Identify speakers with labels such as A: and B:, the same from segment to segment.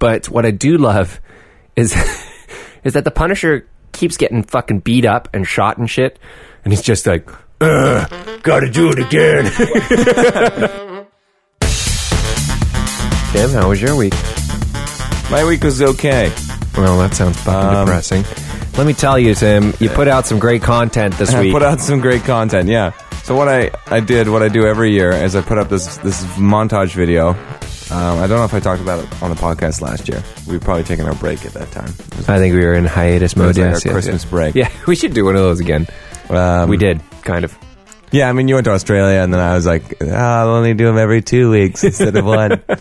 A: But what I do love is is that the Punisher keeps getting fucking beat up and shot and shit, and he's just like, Ugh, gotta do it again. Tim, how was your week?
B: My week was okay.
A: Well, that sounds fucking
B: Um,
A: depressing. Let me tell you, Tim, you put out some great content this
B: I
A: week.
B: put out some great content. Yeah. So what I, I did, what I do every year, is I put up this this montage video. Um, I don't know if I talked about it on the podcast last year. We've probably taken our break at that time. It was,
A: I think we were in hiatus
B: it
A: mode.
B: was like
A: Oh, yes,
B: our
A: yes,
B: Christmas
A: yes.
B: break.
A: Yeah, we should do one of those again.
B: Um,
A: We did, kind of.
B: Yeah, I mean, you went to Australia, and then I was like, "Ah, I'll only do them every two weeks instead of one.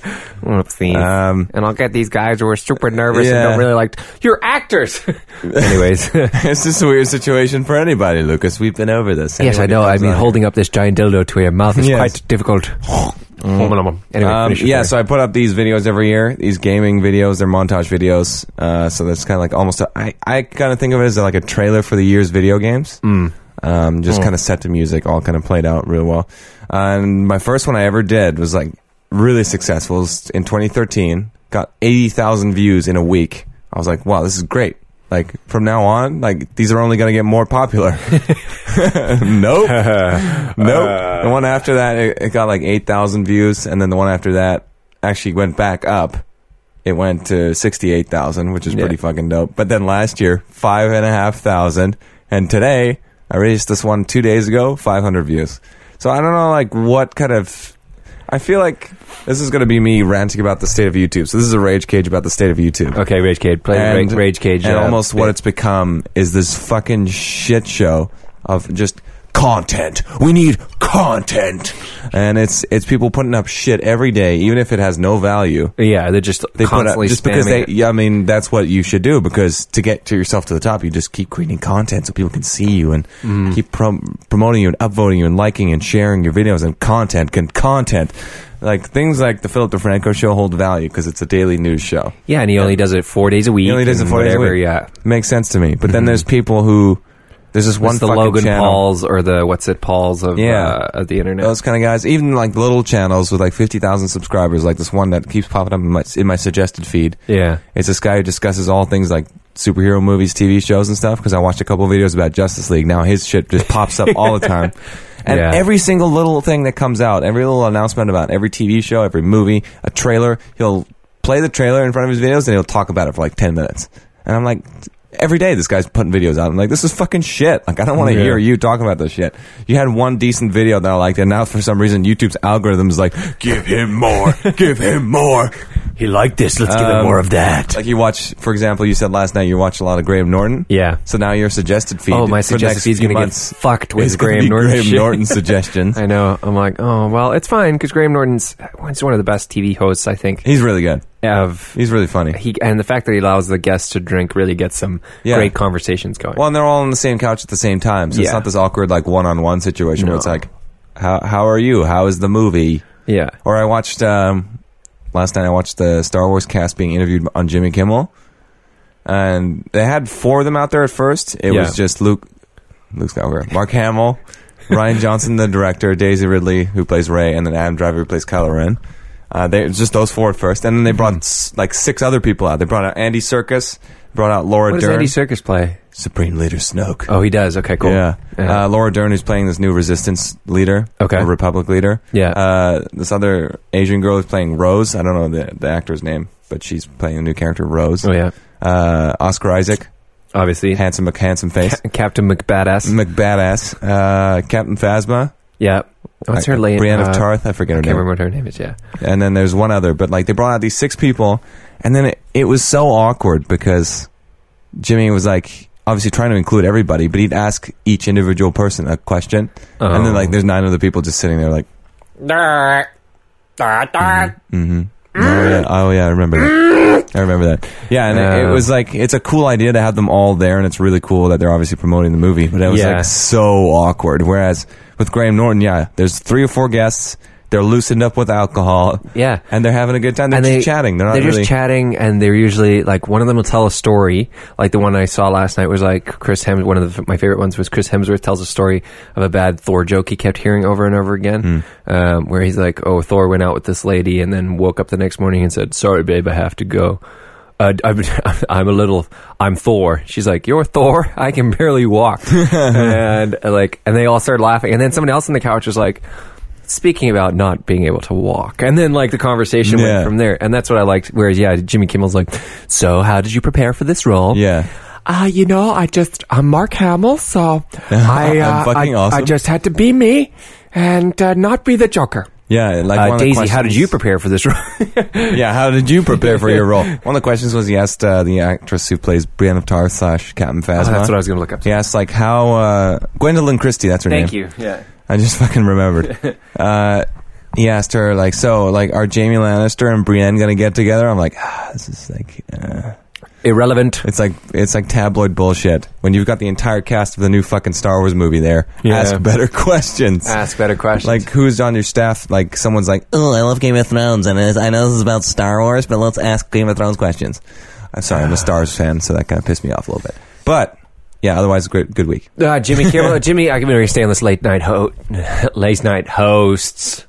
B: Um,
A: and I'll get these guys who are super nervous and
B: Yeah.
A: don't really like you're actors. Anyways,
B: it's just a weird situation for anybody, Lucas. We've been over this.
A: yes, I
B: Anybody
A: know. I
B: comes
A: mean,
B: on-
A: holding up this giant dildo to your mouth is
B: Yes.
A: quite difficult. Mm. Anyway,
B: Um,
A: finish your
B: yeah,
A: story.
B: so I put up these videos every year. These gaming videos, they're montage videos. Uh, so that's kind of like almost. A, I I kind of think of it as like a trailer for the year's video games. Mm. Um, just kind of set to music, all kind of played out real well. and my first one I ever did was like really successful It was in 2013. Got 80,000 views in a week. I was like, wow, this is great. Like from now on, like these are only going to get more popular. nope. Nope.
A: Uh,
B: the one after that, it, it got like 8,000 views. And then the one after that actually went back up. It went to 68,000, which is pretty fucking dope. But then last year, 5,500. And today, I released this one two days ago, 500 views. So I don't know, like, what kind of. I feel like this is going to be me ranting about the state of YouTube. So this is a rage cage about the state of YouTube
A: Uh, okay, Rage Cage, play Ra- Rage, Cage,
B: and
A: uh,
B: almost what
A: bit.
B: it's become is this fucking shit show of just content. We need content, and it's it's people putting up shit every day, even if it has no value.
A: yeah, they're just
B: They
A: constantly
B: put up just
A: spamming
B: because they.
A: it.
B: Yeah, I mean that's what you should do because to get to yourself to the top, you just keep creating content so people can see you and
A: Mm-hmm.
B: keep prom- promoting you and upvoting you and liking and sharing your videos and content can content. Like things like the Philip DeFranco show hold value because it's a daily news show.
A: yeah, and he only does it four days a week.
B: He only does it
A: and
B: four days a
A: whatever,
B: week.
A: Yeah,
B: makes sense to me. But then there's people who there's this
A: Mm-hmm.
B: one
A: It's the
B: fucking
A: Logan
B: channel.
A: Pauls or the what's it Pauls of
B: Yeah.
A: uh, of the internet.
B: Those kind of guys, even like little channels with like fifty thousand subscribers, like this one that keeps popping up in my in my suggested feed.
A: yeah,
B: It's this guy who discusses all things like superhero movies, TV shows, and stuff. Because I watched a couple videos about Justice League. Now his shit just pops up all the time. And
A: Yeah.
B: every single little thing that comes out, every little announcement about every TV show, every movie, a trailer, he'll play the trailer in front of his videos and he'll talk about it for like 10 minutes. And I'm like, every day this guy's putting videos out. I'm like, this is fucking shit. Like, I don't want to
A: Yeah.
B: hear you talk about this shit. You had one decent video that I liked, and now for some reason YouTube's algorithm is like, give him more, give him more.
C: He liked this. Let's give him
B: Um,
C: more of that.
B: Like you watch, for example, you said last night you watch a lot of Graham Norton.
A: Yeah.
B: So now your suggested feed.
A: Oh, my
B: for the
A: suggested
B: next
A: feed's
B: few
A: gonna get
B: months
A: fucked with
B: is gonna
A: Graham
B: be
A: Norton
B: Graham
A: shit.
B: Norton suggestions.
A: I know. I'm like, oh well, it's fine because Graham Norton's he's one of the best TV hosts, I think.
B: He's really good.
A: Of
B: He's really funny.
A: he and the fact that he allows the guests to drink really gets some
B: Yeah.
A: great conversations going.
B: Well, and they're all on the same couch at the same time, so
A: Yeah.
B: it's not this awkward like one-on-one situation
A: No.
B: where it's like, how how are you? How is the movie?
A: yeah,
B: Or I watched um, last night. I watched the Star Wars cast being interviewed on Jimmy Kimmel, and they had four of them out there at first. It
A: Yeah.
B: was just Luke, Luke Skywalker, Mark Hamill, Ryan Johnson, the director, Daisy Ridley, who plays Ray, and then Adam Driver, who plays Kylo Ren. Uh, they it was just those four at first, and then they brought s like six other people out. They brought out Andy Circus, brought out Laura
A: what does
B: Dern,
A: Andy Circus play?
B: Supreme Leader Snoke.
A: Oh, he does. Okay, cool.
B: Yeah.
A: yeah.
B: Uh, Laura Dern, who's playing this new resistance leader,
A: Okay.
B: or Republic leader.
A: Yeah.
B: Uh, this other Asian girl is playing Rose. I don't know the, the actor's name, but she's playing the new character Rose.
A: oh yeah,
B: Uh, Oscar Isaac,
A: obviously
B: handsome, handsome face,
A: Ca- Captain McBadass.
B: McBadass, uh, Captain Phasma,
A: yeah, what's her
B: Uh,
A: name?
B: Brienne
A: uh,
B: of Tarth. I forget her
A: Can't
B: name.
A: remember what her name is. Yeah,
B: and then there's one other but like they brought out these six people and then it, it was so awkward because jimmy was like obviously trying to include everybody but he'd ask each individual person a question and then
A: Oh.
B: like there's nine other people just sitting there like
A: Mm.
B: oh yeah, oh, yeah i remember that i remember that yeah and it- it,
A: Yeah.
B: was like it's a cool idea to have them all there and it's really cool that they're obviously promoting the movie but it was
A: Yeah.
B: like so awkward whereas with graham norton yeah there's three or four guests They're loosened up with alcohol.
A: Yeah.
B: and they're having a good time. They're
A: and
B: just
A: they,
B: chatting. They're not
A: they're
B: really.
A: just chatting, and they're usually like one of them will tell a story. Like the one I saw last night was like Chris Hemsworth. One of the, my favorite ones was Chris Hemsworth tells a story of a bad Thor joke he kept hearing over and over again,
B: Hmm.
A: um, where he's like, "Oh, Thor went out with this lady, and then woke up the next morning and said, sorry, babe, I have to go.'" Uh, I'm, I'm a little. I'm Thor. She's like, "You're Thor. I can barely walk." and uh, like, and they all started laughing. And then somebody else on the couch was like, speaking about not being able to walk. And then like the conversation
B: Yeah.
A: went from there. And that's what I liked. Whereas, yeah, Jimmy Kimmel's like, so how did you prepare for this role?
B: yeah,
A: Uh, you know, I just, I'm Mark Hamill, so I,
B: I'm
A: uh,
B: fucking
A: I,
B: awesome.
A: I just had to be me and uh, not be the Joker.
B: yeah. Like one
A: Uh,
B: of the
A: Daisy, how did
B: questions-
A: you prepare for this role?
B: yeah, how did you prepare for your role? One of the questions was he asked uh, the actress who plays Brienne of Tarth slash Captain Phasma.
A: Oh, that's what I was going to look up.
B: He asked like how uh, Gwendolyn Christie. That's her name.
A: Thank you. Yeah.
B: I just fucking remembered. uh, he asked her like, so like, are Jamie Lannister and Brienne gonna get together? I'm like, ah, this is like, uh,
A: Irrelevant.
B: it's like it's like tabloid bullshit. When you've got the entire cast of the new fucking Star Wars movie there,
A: Yeah.
B: ask better questions.
A: Ask better questions.
B: Like who's on your staff? Like someone's like, oh, I love Game of Thrones, and it's, I know this is about Star Wars, but let's ask Game of Thrones questions. I'm sorry, I'm a Star Wars fan, so that kind of pissed me off a little bit. But yeah, otherwise, great, good week.
A: Uh, Jimmy Kimmel. Jimmy, I can really stand this late night ho- late night hosts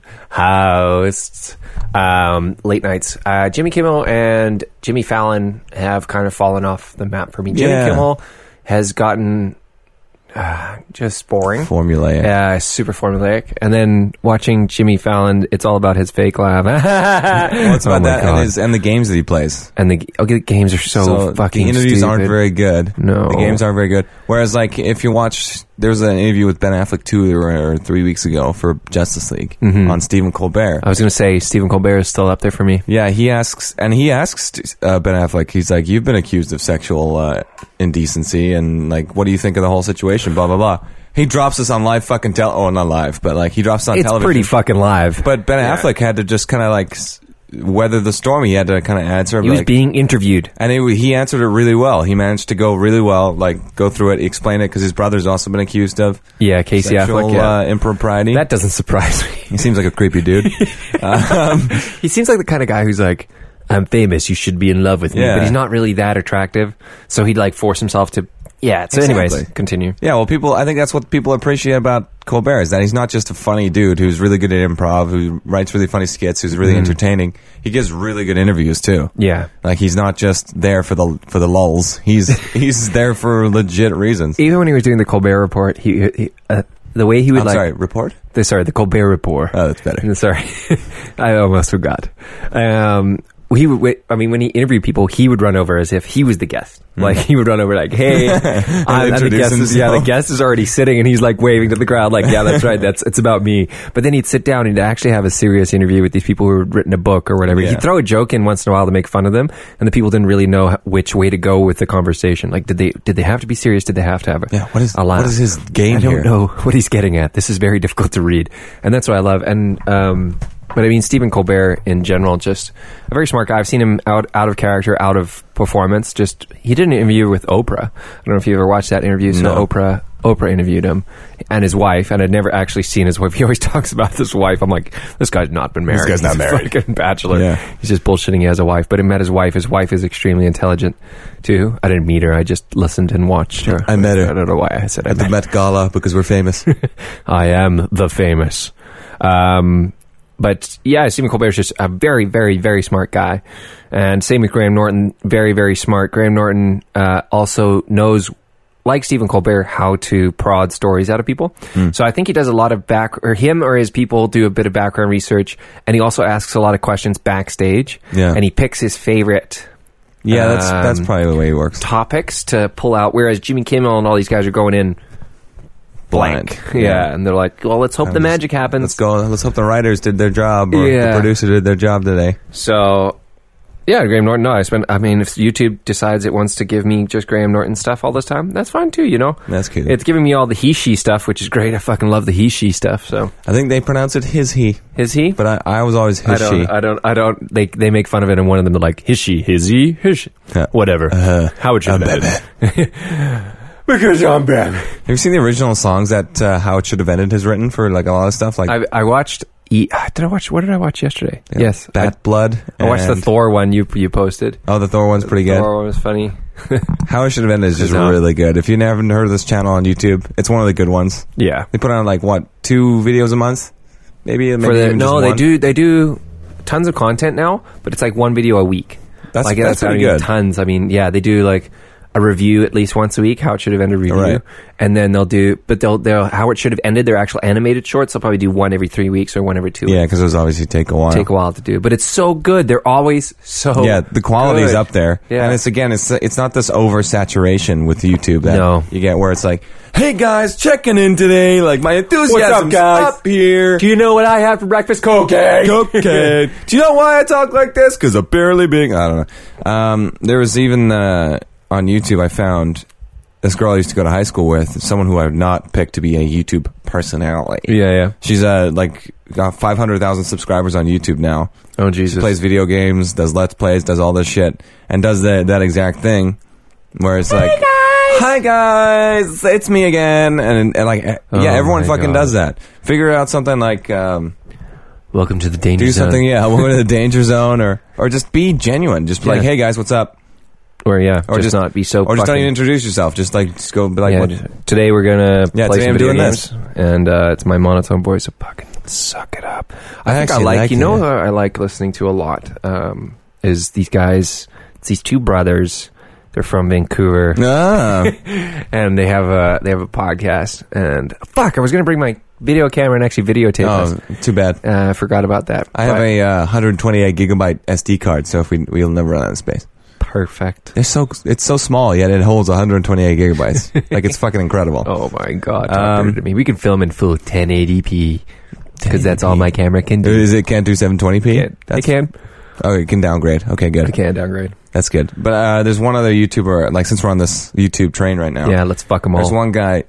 A: hosts um, late nights. Uh, Jimmy Kimmel and Jimmy Fallon have kind of fallen off the map for me. Jimmy
B: Yeah.
A: Kimmel has gotten uh, just boring.
B: Formulaic.
A: Yeah, super formulaic. And then watching Jimmy Fallon, it's all about his fake laugh.
B: What's
A: Oh
B: about
A: my
B: that
A: God.
B: and, his, and the games that he plays?
A: and the okay, the games are so, fucking
B: the interviews aren't
A: stupid.
B: very good.
A: No.
B: the games aren't very good. Whereas, like, if you watch, there was an interview with Ben Affleck two or, or three weeks ago for Justice League
A: Mm-hmm.
B: on Stephen Colbert.
A: I was going to say Stephen Colbert is still up there for me.
B: yeah, he asks, and he asks uh, Ben Affleck. He's like, "You've been accused of sexual uh, indecency, and like, what do you think of the whole situation?" Blah blah blah. He drops this on live fucking tel. Oh, not live, but like he drops it on
A: It's
B: television.
A: pretty fucking live.
B: but Ben Affleck had to just kind of like s- weather the storm. He had to kind of answer.
A: He was
B: like-
A: being interviewed.
B: And it, he answered it really well. He managed to go really well, like go through it, explain it, because his brother's also been accused of
A: Yeah, Casey
B: sexual
A: Affleck. Yeah.
B: uh, impropriety.
A: that doesn't surprise me.
B: he seems like a creepy dude. um,
A: he seems like the kind of guy who's like, "I'm famous. You should be in love with me,"
B: Yeah.
A: but he's not really that attractive. So he'd like force himself to. Yeah. So, anyways,
B: Exactly.
A: continue.
B: yeah, well, people, I think that's what people appreciate about Colbert is that he's not just a funny dude who's really good at improv, who writes really funny skits, who's
A: Mm-hmm.
B: really entertaining. He gives really good interviews too.
A: Yeah.
B: Like he's not just there for the for the lulls. He's he's there for legit reasons.
A: Even when he was doing the Colbert Report, he, he uh, the way he would
B: I'm
A: like.
B: sorry, report.
A: The, sorry, the Colbert Report.
B: Oh, that's better.
A: Sorry, I almost forgot. Um, he would. wait- I mean, when he interviewed people, he would run over as if he was the guest. Like he would run over, like, "Hey, I'm, I'm the
B: Mm-hmm. introduce
A: guest." Is, yeah, the
B: himself.
A: guest is already sitting, and he's like waving to the crowd, like, "Yeah, that's right. That's it's about me." But then he'd sit down and actually have a serious interview with these people who had written a book or whatever.
B: Yeah.
A: He'd throw a joke in once in a while to make fun of them, and the people didn't really know h- which way to go with the conversation. Like, did they did they have to be serious? Did they have to have a,
B: Yeah, what is
A: a laugh?
B: what is his game
A: I don't
B: here?
A: know what he's getting at. This is very difficult to read, and that's what I love. And um, but I mean, Stephen Colbert in general, just a very smart guy. I've seen him out out of character, out of performance. Just he did an interview with Oprah. I don't know if you ever watched that interview. So
B: No.
A: Oprah Oprah interviewed him and his wife, and I'd never actually seen his wife. He always talks about this wife. I'm like, this guy's not been married.
B: guy's not
A: He's a
B: married.
A: fucking bachelor.
B: Yeah.
A: He's just bullshitting. He has a wife, but he met his wife. His wife is extremely intelligent too. I didn't meet her. I just listened and watched her.
B: I met her.
A: I don't know why I said I
B: at
A: met
B: the Met Gala because we're famous.
A: I am the famous. Um, but yeah, Stephen Colbert's just a very, very, very smart guy. And same with Graham Norton, very, very smart. Graham Norton uh, also knows, like Stephen Colbert, how to prod stories out of people. So I think he does a lot of back, or him or his people do a bit of background research. And he also asks a lot of questions backstage.
B: Yeah.
A: And he picks his favorite
B: yeah, that's that's
A: Um,
B: probably the way he works.
A: topics to pull out, whereas Jimmy Kimmel and all these guys are going in blank. Yeah. and they're like, well, let's hope the
B: just-
A: magic happens.
B: Let's go. Let's hope the writers did their job or
A: Yeah.
B: the producer did their job today.
A: So, yeah, Graham Norton. No, I spent. I mean, if YouTube decides it wants to give me just Graham Norton stuff all this time, that's fine too. You know,
B: That's cute.
A: it's giving me all the he she stuff, which is great. I fucking love the he she stuff. So,
B: I think they pronounce it his he,
A: is he?
B: but I, I was always
A: I
B: his
A: don't,
B: she.
A: I don't. I don't. They they make fun of it, and one of them are like, "His she, his he, his she.
B: Yeah.
A: whatever."
B: Uh,
A: How would you
B: I'm
A: have
B: Batman.
A: it? Because I'm Batman.
B: Have you seen the original songs that uh, How It Should Have Ended has written for like a lot of stuff? Like
A: I, I watched E. ah, Did I watch? What did I watch yesterday?
B: Yeah.
A: Yes,
B: Bad Blood.
A: I, I watched the
B: and-
A: Thor one you you posted.
B: Oh, the Thor one's pretty
A: The
B: good.
A: Thor one was funny.
B: How it should have ended is just
A: Good job.
B: really good. If you haven't heard of this channel on YouTube, it's one of the good ones.
A: Yeah.
B: They put on like what two videos a month, maybe. maybe
A: For the,
B: even
A: no,
B: just
A: they
B: one.
A: do they do tons of content now, but it's like one video a week.
B: That's-
A: like
B: that's
A: I
B: pretty
A: mean,
B: good.
A: Tons. I mean, yeah, they do like a review at least once a week. How it should have ended review,
B: Right.
A: and then they'll do, but they'll they'll how it should have ended their actual animated shorts. They'll probably do one every three weeks or one every two.
B: Yeah,
A: weeks.
B: because those obviously take a while.
A: take a while to do, but it's so good. They're always so
B: yeah, the quality's
A: Oh, good.
B: up there,
A: Yeah.
B: and it's again, it's it's not this oversaturation with YouTube that
A: No.
B: you get where it's like, hey guys, checking in today, like my enthusiasm's
A: guys?
B: up here.
A: Do you know what I had for breakfast? Cocaine.
B: Okay. Do you know why I talk like this? Because I'm barely being. I don't know. Um, there was even uh, on YouTube. I found this girl I used to go to high school with, someone who I've not picked to be a YouTube personality.
A: yeah, yeah.
B: She's uh, like got 500,000 subscribers on YouTube now.
A: Oh Jesus.
B: Plays video games, does let's plays, does all this shit, and does the, that exact thing where it's like, "Hi guys, it's me again," and, and like, eh, yeah,
A: Oh
B: everyone
A: my
B: fucking
A: God.
B: does that. Figure out something like. Um,
A: Welcome to the danger
B: do
A: zone.
B: something. Yeah, we'll go to the danger zone, or or just be genuine. Just be like,
A: Yeah.
B: hey guys, what's up?
A: Or yeah,
B: Or
A: just,
B: just-
A: not be so.
B: Or just don't
A: fucking-
B: even introduce yourself. Just like just go be like,
A: yeah,
B: what?
A: just- today we're gonna
B: Yeah,
A: play
B: today
A: some
B: I'm
A: video
B: doing
A: games, and uh, it's my monotone voice. So fucking suck it up. I, think I
B: actually
A: like,
B: like
A: you know
B: it.
A: what I like listening to a lot um, is these guys. It's these two brothers. They're from Vancouver,
B: Ah,
A: and they have a they have a podcast. And fuck, I was gonna bring my video camera and actually videotape us.
B: oh, too bad.
A: Uh, I forgot about that.
B: I have
A: But
B: a uh, 128 gigabyte SD card, so if we we'll never run out of space.
A: perfect.
B: They're so it's so small, yet it holds 128 gigabytes. like it's fucking incredible.
A: Oh my god!
B: Um,
A: Um, to me. We can film in full 1080p because that's all my camera can do.
B: Is it can't do 720p?
A: It can. It
B: That's-
A: can.
B: Oh, it can downgrade. Okay,
A: It
B: good.
A: can downgrade.
B: That's good. But uh, there's one other YouTuber. Like since we're on this YouTube train right now,
A: Yeah, let's fuck them
B: There's
A: all.
B: one guy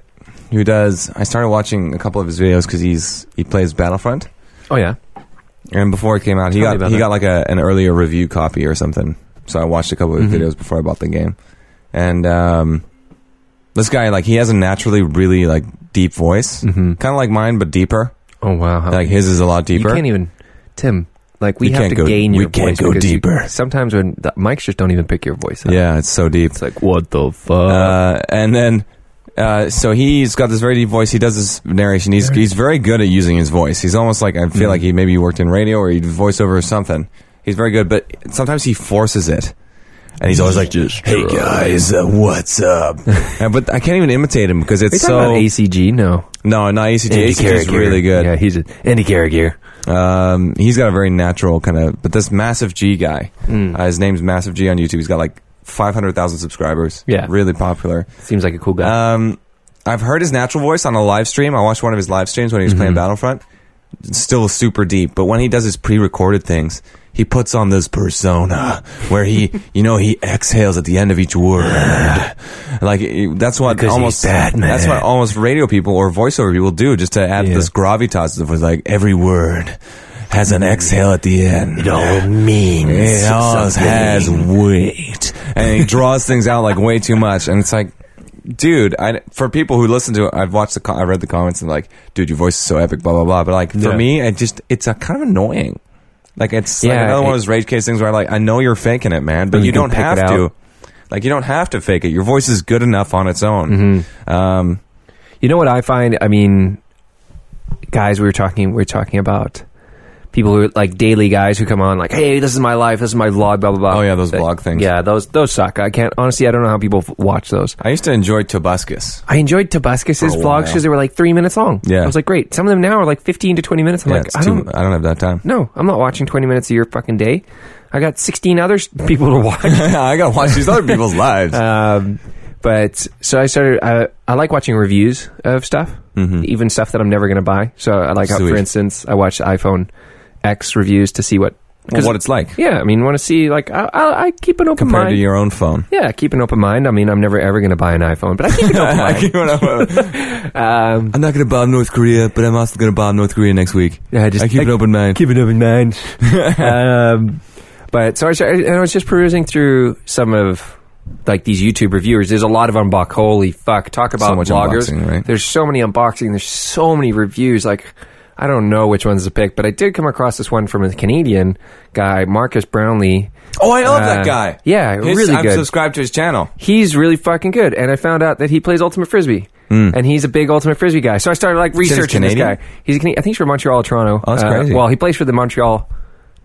B: who does. I started watching a couple of his videos because he's he plays Battlefront,
A: Oh yeah.
B: and before it came out, he
A: Tell me
B: got
A: about
B: he
A: that.
B: got like a, an earlier review copy or something. So I watched a couple of his
A: Mhm.
B: videos before I bought the game, and um, this guy like he has a naturally really like deep voice,
A: Mm-hmm.
B: kind of like mine but deeper.
A: Oh wow! How
B: Like his is a lot
A: You
B: deeper.
A: can't even, Tim. Like we
B: You
A: have
B: can't
A: to
B: go-
A: gain
B: we
A: your
B: can't
A: voice
B: go
A: because you-
B: deeper.
A: sometimes when the mics just don't even pick your voice up.
B: yeah, it's so deep.
A: it's like what the fuck.
B: Uh, and then uh, so he's got this very deep voice. He does this narration. He's he's very good at using his voice. He's almost like I feel
A: Mhm.
B: like he maybe worked in radio or he did voiceover or something. He's very good, but sometimes he forces it. And he's always like, "Hey guys, uh, what's up?" Uh, but I can't even imitate him because
A: Are you
B: it's
A: talking
B: so
A: about ACG? No,
B: no, not ACG. ACG is really
A: Yeah,
B: good.
A: he's a, Andy Carrier.
B: Um, he's got a very natural kind of. But this Massive G guy,
A: Mm.
B: uh, his name's Massive G on YouTube. He's got like five hundred thousand subscribers.
A: Yeah.
B: really popular.
A: Seems like a cool guy.
B: Um, I've heard his natural voice on a live stream. I watched one of his live streams when he was playing
C: Mm-hmm.
B: Battlefront. It's still super deep, but when he does his pre-recorded things, he puts on this persona where he, you know, he exhales at the end of each word. Like it- that's what
C: Because he's
B: almost
C: Batman.
B: that's what almost radio people or voiceover people do, just to add
A: Yeah.
B: this gravitas of like every word has
C: Mm.
B: an exhale at the end.
C: It all means
B: It always
C: something.
B: has weight, and he draws things out like way too much, and it's like, dude, I for people who listen to it, I've watched the, co- I read the comments and like, dude, your voice is so epic, blah blah blah, but like for
A: Yeah.
B: me, it just it's a kind of annoying. Like it's like
A: Yeah,
B: another one
A: it-
B: of those rage case things where like I know you're faking it, man, but
A: And
B: you,
A: you can
B: don't
A: pick it
B: have to.
A: out.
B: Like you don't have to fake it. Your voice is good enough on its own.
A: Mm-hmm.
B: Um,
A: You know what I find? I mean, guys, we were talking, we were talking about people who are like daily guys who come on like, hey, this is my life, this is my vlog, blah blah blah.
B: Oh, yeah, those
A: That-
B: vlog things.
A: Uh, Yeah, those those suck. I can't honestly. I don't know how people f- watch those.
B: I used to enjoy Tobuscus.
A: I enjoyed Tobuscus's
B: For a while.
A: vlogs because they were like three minutes long.
B: Yeah.
A: I was like, great. Some of them now are like fifteen to twenty minutes. I'm
B: yeah,
A: like,
B: it's
A: I
B: too-
A: don't.
B: I don't have that time.
A: No, I'm not watching twenty minutes of your fucking day. I got sixteen other s- people to watch.
B: I gotta watch these other people's lives.
A: um, but so I started. I, I like watching reviews of stuff,
B: Mm-hmm.
A: even stuff that I'm never going to buy. So I like, how, for
B: Hmm. Sweet.
A: instance, I watched iPhone X reviews to see what. 'cause-
B: what it's like
A: yeah, I mean, want to see like I, I, I keep an open
B: compared
A: mind.
B: to your own phone.
A: yeah, keep an open mind. I mean, I'm never ever going to buy an iPhone, but I keep an open
B: I
A: mind. Um,
B: keep it up. I'm not going to bomb North Korea, but I'm also going to bomb North Korea next week.
A: Yeah, just-
B: I keep
A: I-
B: an open mind.
A: keep an open mind. um, but so I, started, and I was just perusing through some of like these YouTube reviewers. There's a lot of unbox. Holy fuck! Talk about
B: much
A: bloggers.
B: unboxing, right?
A: There's so many unboxing. There's so many reviews. Like I don't know which ones to pick, but I did come across this one from a Canadian guy, Marcus Brownlee.
B: Oh, I love
A: Uh,
B: that guy.
A: yeah,
B: His-
A: really
B: I'm
A: good.
B: subscribed to his channel.
A: He's really fucking good, and I found out that he plays ultimate frisbee, and he's a big ultimate frisbee guy. So I started like
B: Hmm. he's
A: researching this
B: Canadian?
A: guy. He's a, Cana- I think he's from Montreal, or Toronto.
B: Oh, that's
A: Uh,
B: crazy.
A: Well, he plays for the Montreal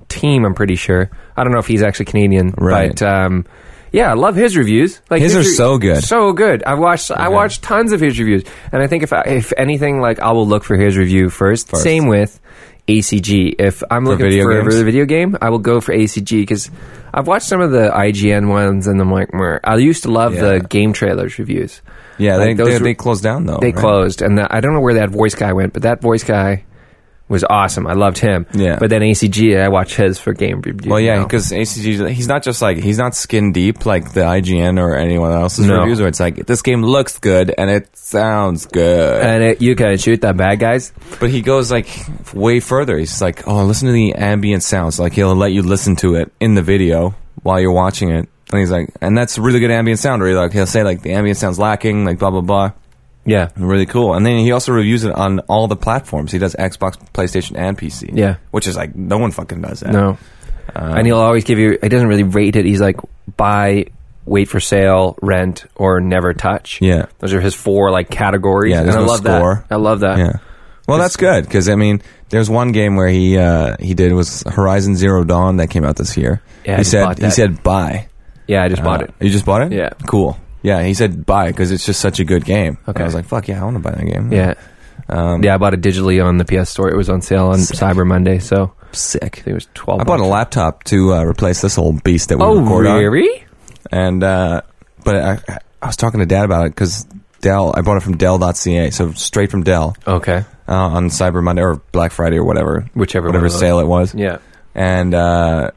A: team. I'm pretty sure. I don't know if he's actually Canadian,
B: Right.
A: But, um, yeah, I love his reviews. Like
B: His are so good.
A: so good. I've watched I watched tons of his reviews, and I think if I, if anything, like I will look for his review first. Same with ACG. If I'm looking
B: video
A: for
B: games?
A: a video game, I will go for ACG because I've watched some of the IGN ones, and I'm like, Meh. I used to love
B: Yeah.
A: the game trailers reviews.
B: Yeah,
A: Like,
B: they,
A: those
B: they,
A: were-
B: they closed down though.
A: They
B: right?
A: closed, and the, I don't know where that voice guy went, but that voice guy was awesome. I loved him.
B: Yeah.
A: But then ACG, I watch his for game reviews.
B: Well, yeah,
A: now.
B: because ACG, he's not just like he's not skin deep like the IGN or anyone else's
A: No.
B: reviews. Where it's like this game looks good and it sounds good,
A: and it, you can shoot the bad guys.
B: but he goes like way further. He's like, oh, listen to the ambient sounds. Like he'll let you listen to it in the video while you're watching it, and he's like, and that's really good ambient sound. Or he like he'll say like the ambient sounds lacking, like blah blah blah.
A: Yeah.
B: Really cool. And then he also reviews it on all the platforms. He does Xbox, PlayStation, and PC.
A: Yeah.
B: which is like no one fucking does that.
A: No.
B: Uh,
A: and he'll always give you. He doesn't really rate it. He's like buy, wait for sale, rent, or never touch.
B: Yeah.
A: those are his four like categories.
B: Yeah,
A: and
B: there's
A: I
B: no
A: love
B: score.
A: that. I love that.
B: Yeah. Well, that's good because I mean, there's one game where he uh, he did was Horizon Zero Dawn that came out this year.
A: Yeah, I
B: he
A: just
B: said
A: bought
B: he
A: that.
B: said buy.
A: Yeah, I just bought
B: Uh,
A: it.
B: You just bought it?
A: Yeah.
B: Cool. Yeah, he said buy because it's just such a good game. And
A: Okay.
B: I was like, fuck yeah, I want to buy that game. Um,
A: Yeah, yeah, I bought it digitally on the PS Store. It was on sale on Cyber Monday, so I
B: Sick.
A: think it was twelve.
B: I bought a laptop to uh, replace this old beast that we
A: Oh,
B: record on.
A: really?
B: And uh, but I, I was talking to dad about it because Dell. I bought it from Dell.ca, so straight from Dell
A: Okay,
B: uh, on Cyber Monday or Black Friday or whatever,
A: whichever one
B: whatever
A: of those.
B: sale it was.
A: Yeah.
B: and uh,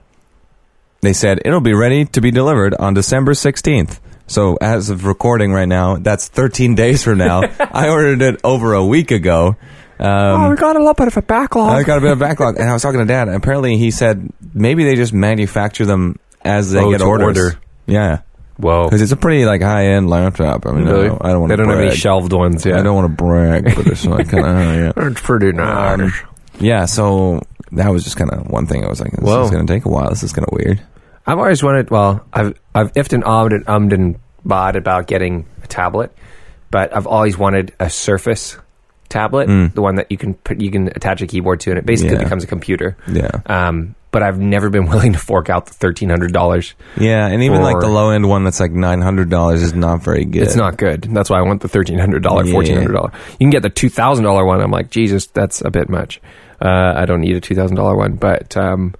B: they said it'll be ready to be delivered on December 16th. So as of recording right now, that's 13 days from now. I ordered it over a week ago. Um,
A: Oh, got a little bit of a backlog.
B: I got a bit of backlog, and I was talking to Dad. And apparently, he said maybe they just manufacture them as they
A: Oh,
B: get
A: to
B: orders.
A: order.
B: Yeah,
A: Whoa.
B: because it's a pretty like high end laptop. I mean, I
A: Really?
B: don't, I don't want
A: they
B: to.
A: don't
B: brag.
A: have any shelved ones. Yeah,
B: I don't want to brag, but it's like kind of yeah.
A: It's pretty nice.
B: Um, yeah, so that was just kind of one thing. I was like, this
A: Whoa.
B: is going to take a while. This is kind of weird.
A: I've always wanted. Well, I've I've ifed and ummed and ummed and bod about getting a tablet, but I've always wanted a Surface tablet, the one that you can put you can attach a keyboard to, and it basically
B: Hmm. Yeah.
A: becomes a computer.
B: Yeah.
A: Um, but I've never been willing to fork out the thirteen hundred dollars.
B: Yeah, and even like
A: Or-
B: the low end one that's like nine hundred dollars is not very good.
A: It's not good. That's why I want the thirteen hundred dollar,
B: Yeah.
A: fourteen hundred dollar. You can get the two thousand dollar one. I'm like, Jesus, that's a bit much. Uh, I don't need a two thousand dollar one, but um,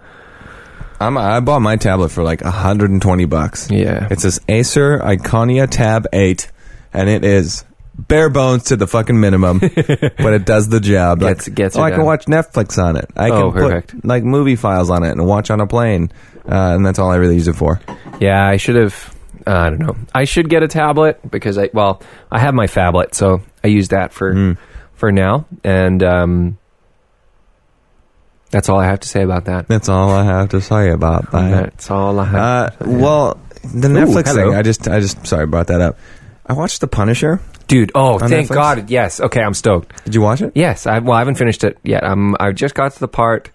B: I'm, I bought my tablet for like hundred and twenty bucks.
A: yeah,
B: It's this Acer Iconia Tab Eight, and it is bare bones to the fucking minimum, but it does the job. Like,
A: Gets- gets
B: oh,
A: it
B: I can
A: done.
B: watch Netflix on it. I
A: Oh,
B: can
A: perfect.
B: put like movie files on it and watch on a plane, uh, and that's all I really use it for.
A: Yeah, I should have. Uh, I don't know. I should get a tablet because I well, I have my phablet, so I use that for
B: Mm-hmm. Mm.
A: for now, and um, that's all I have to say about that.
B: That's all I have to say about that.
A: That's all I have.
B: Uh, well, the Netflix
A: hello.
B: thing. I just, I just, sorry, brought that up. I watched The Punisher.
A: Dude, oh, thank
B: Netflix?
A: God! Yes, okay, I'm stoked.
B: Did you watch it?
A: Yes, I, well, I haven't finished it yet. I'm. I just got to the part.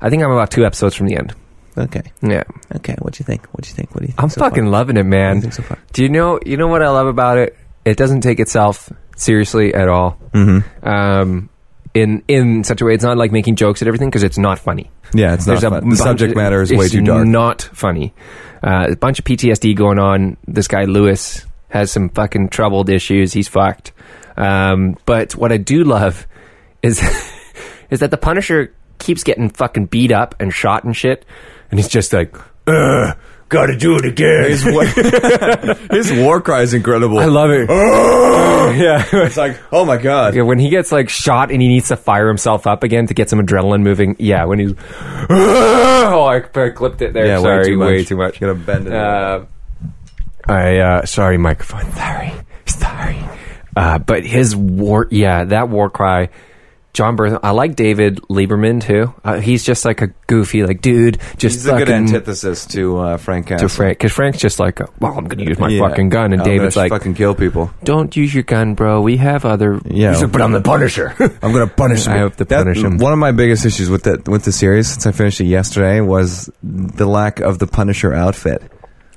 A: I think I'm about two episodes from the end.
B: Okay.
A: Yeah,
B: Okay, what do you think? What do you think? What do you think?
A: I'm fucking loving it, man.
B: so far?
A: Do you know? You know what I love about it? It doesn't take itself seriously at all. Mm-hmm. Um, in in such a way, it's not like making jokes at everything because it's not funny.
B: Yeah, it's not.
A: There's a
B: fun. The
A: bunch-
B: subject matter is way
A: it's
B: too dark.
A: Not funny. Uh, a bunch of PTSD going on. This guy Lewis has some fucking troubled issues. He's fucked. Um, but what I do love is is that the Punisher keeps getting fucking beat up and shot and shit, and he's just like. Ugh, gotta do it again.
B: his, war, his war cry is incredible.
A: I love it. yeah.
B: it's like, oh my god.
A: Yeah, when he gets like shot and he needs to fire himself up again to get some adrenaline moving. Yeah, when he's oh, I I clipped it there.
B: Yeah, way
A: sorry,
B: too much.
A: way too much.
B: Gotta bend it.
A: Uh, I uh, sorry, microphone. Sorry, sorry. Uh, but his war, yeah, that war cry John Bertham. I like David Lieberman too. Uh, he's just like a goofy, like dude, just
B: He's a good
A: fucking-
B: antithesis to uh, Frank Castle.
A: to Frank because Frank's just like, uh, well, I'm gonna use my
B: Yeah. Oh,
A: fucking gun, and
B: I'm gonna
A: David's like,
B: fucking kill people.
A: don't use your gun, bro. We have other.
B: Yeah.
A: He's like, but I'm the Punisher.
B: I'm gonna punish
A: I hope to punish him.
B: One of my biggest issues with the with the series since I finished it yesterday was the lack of the Punisher outfit.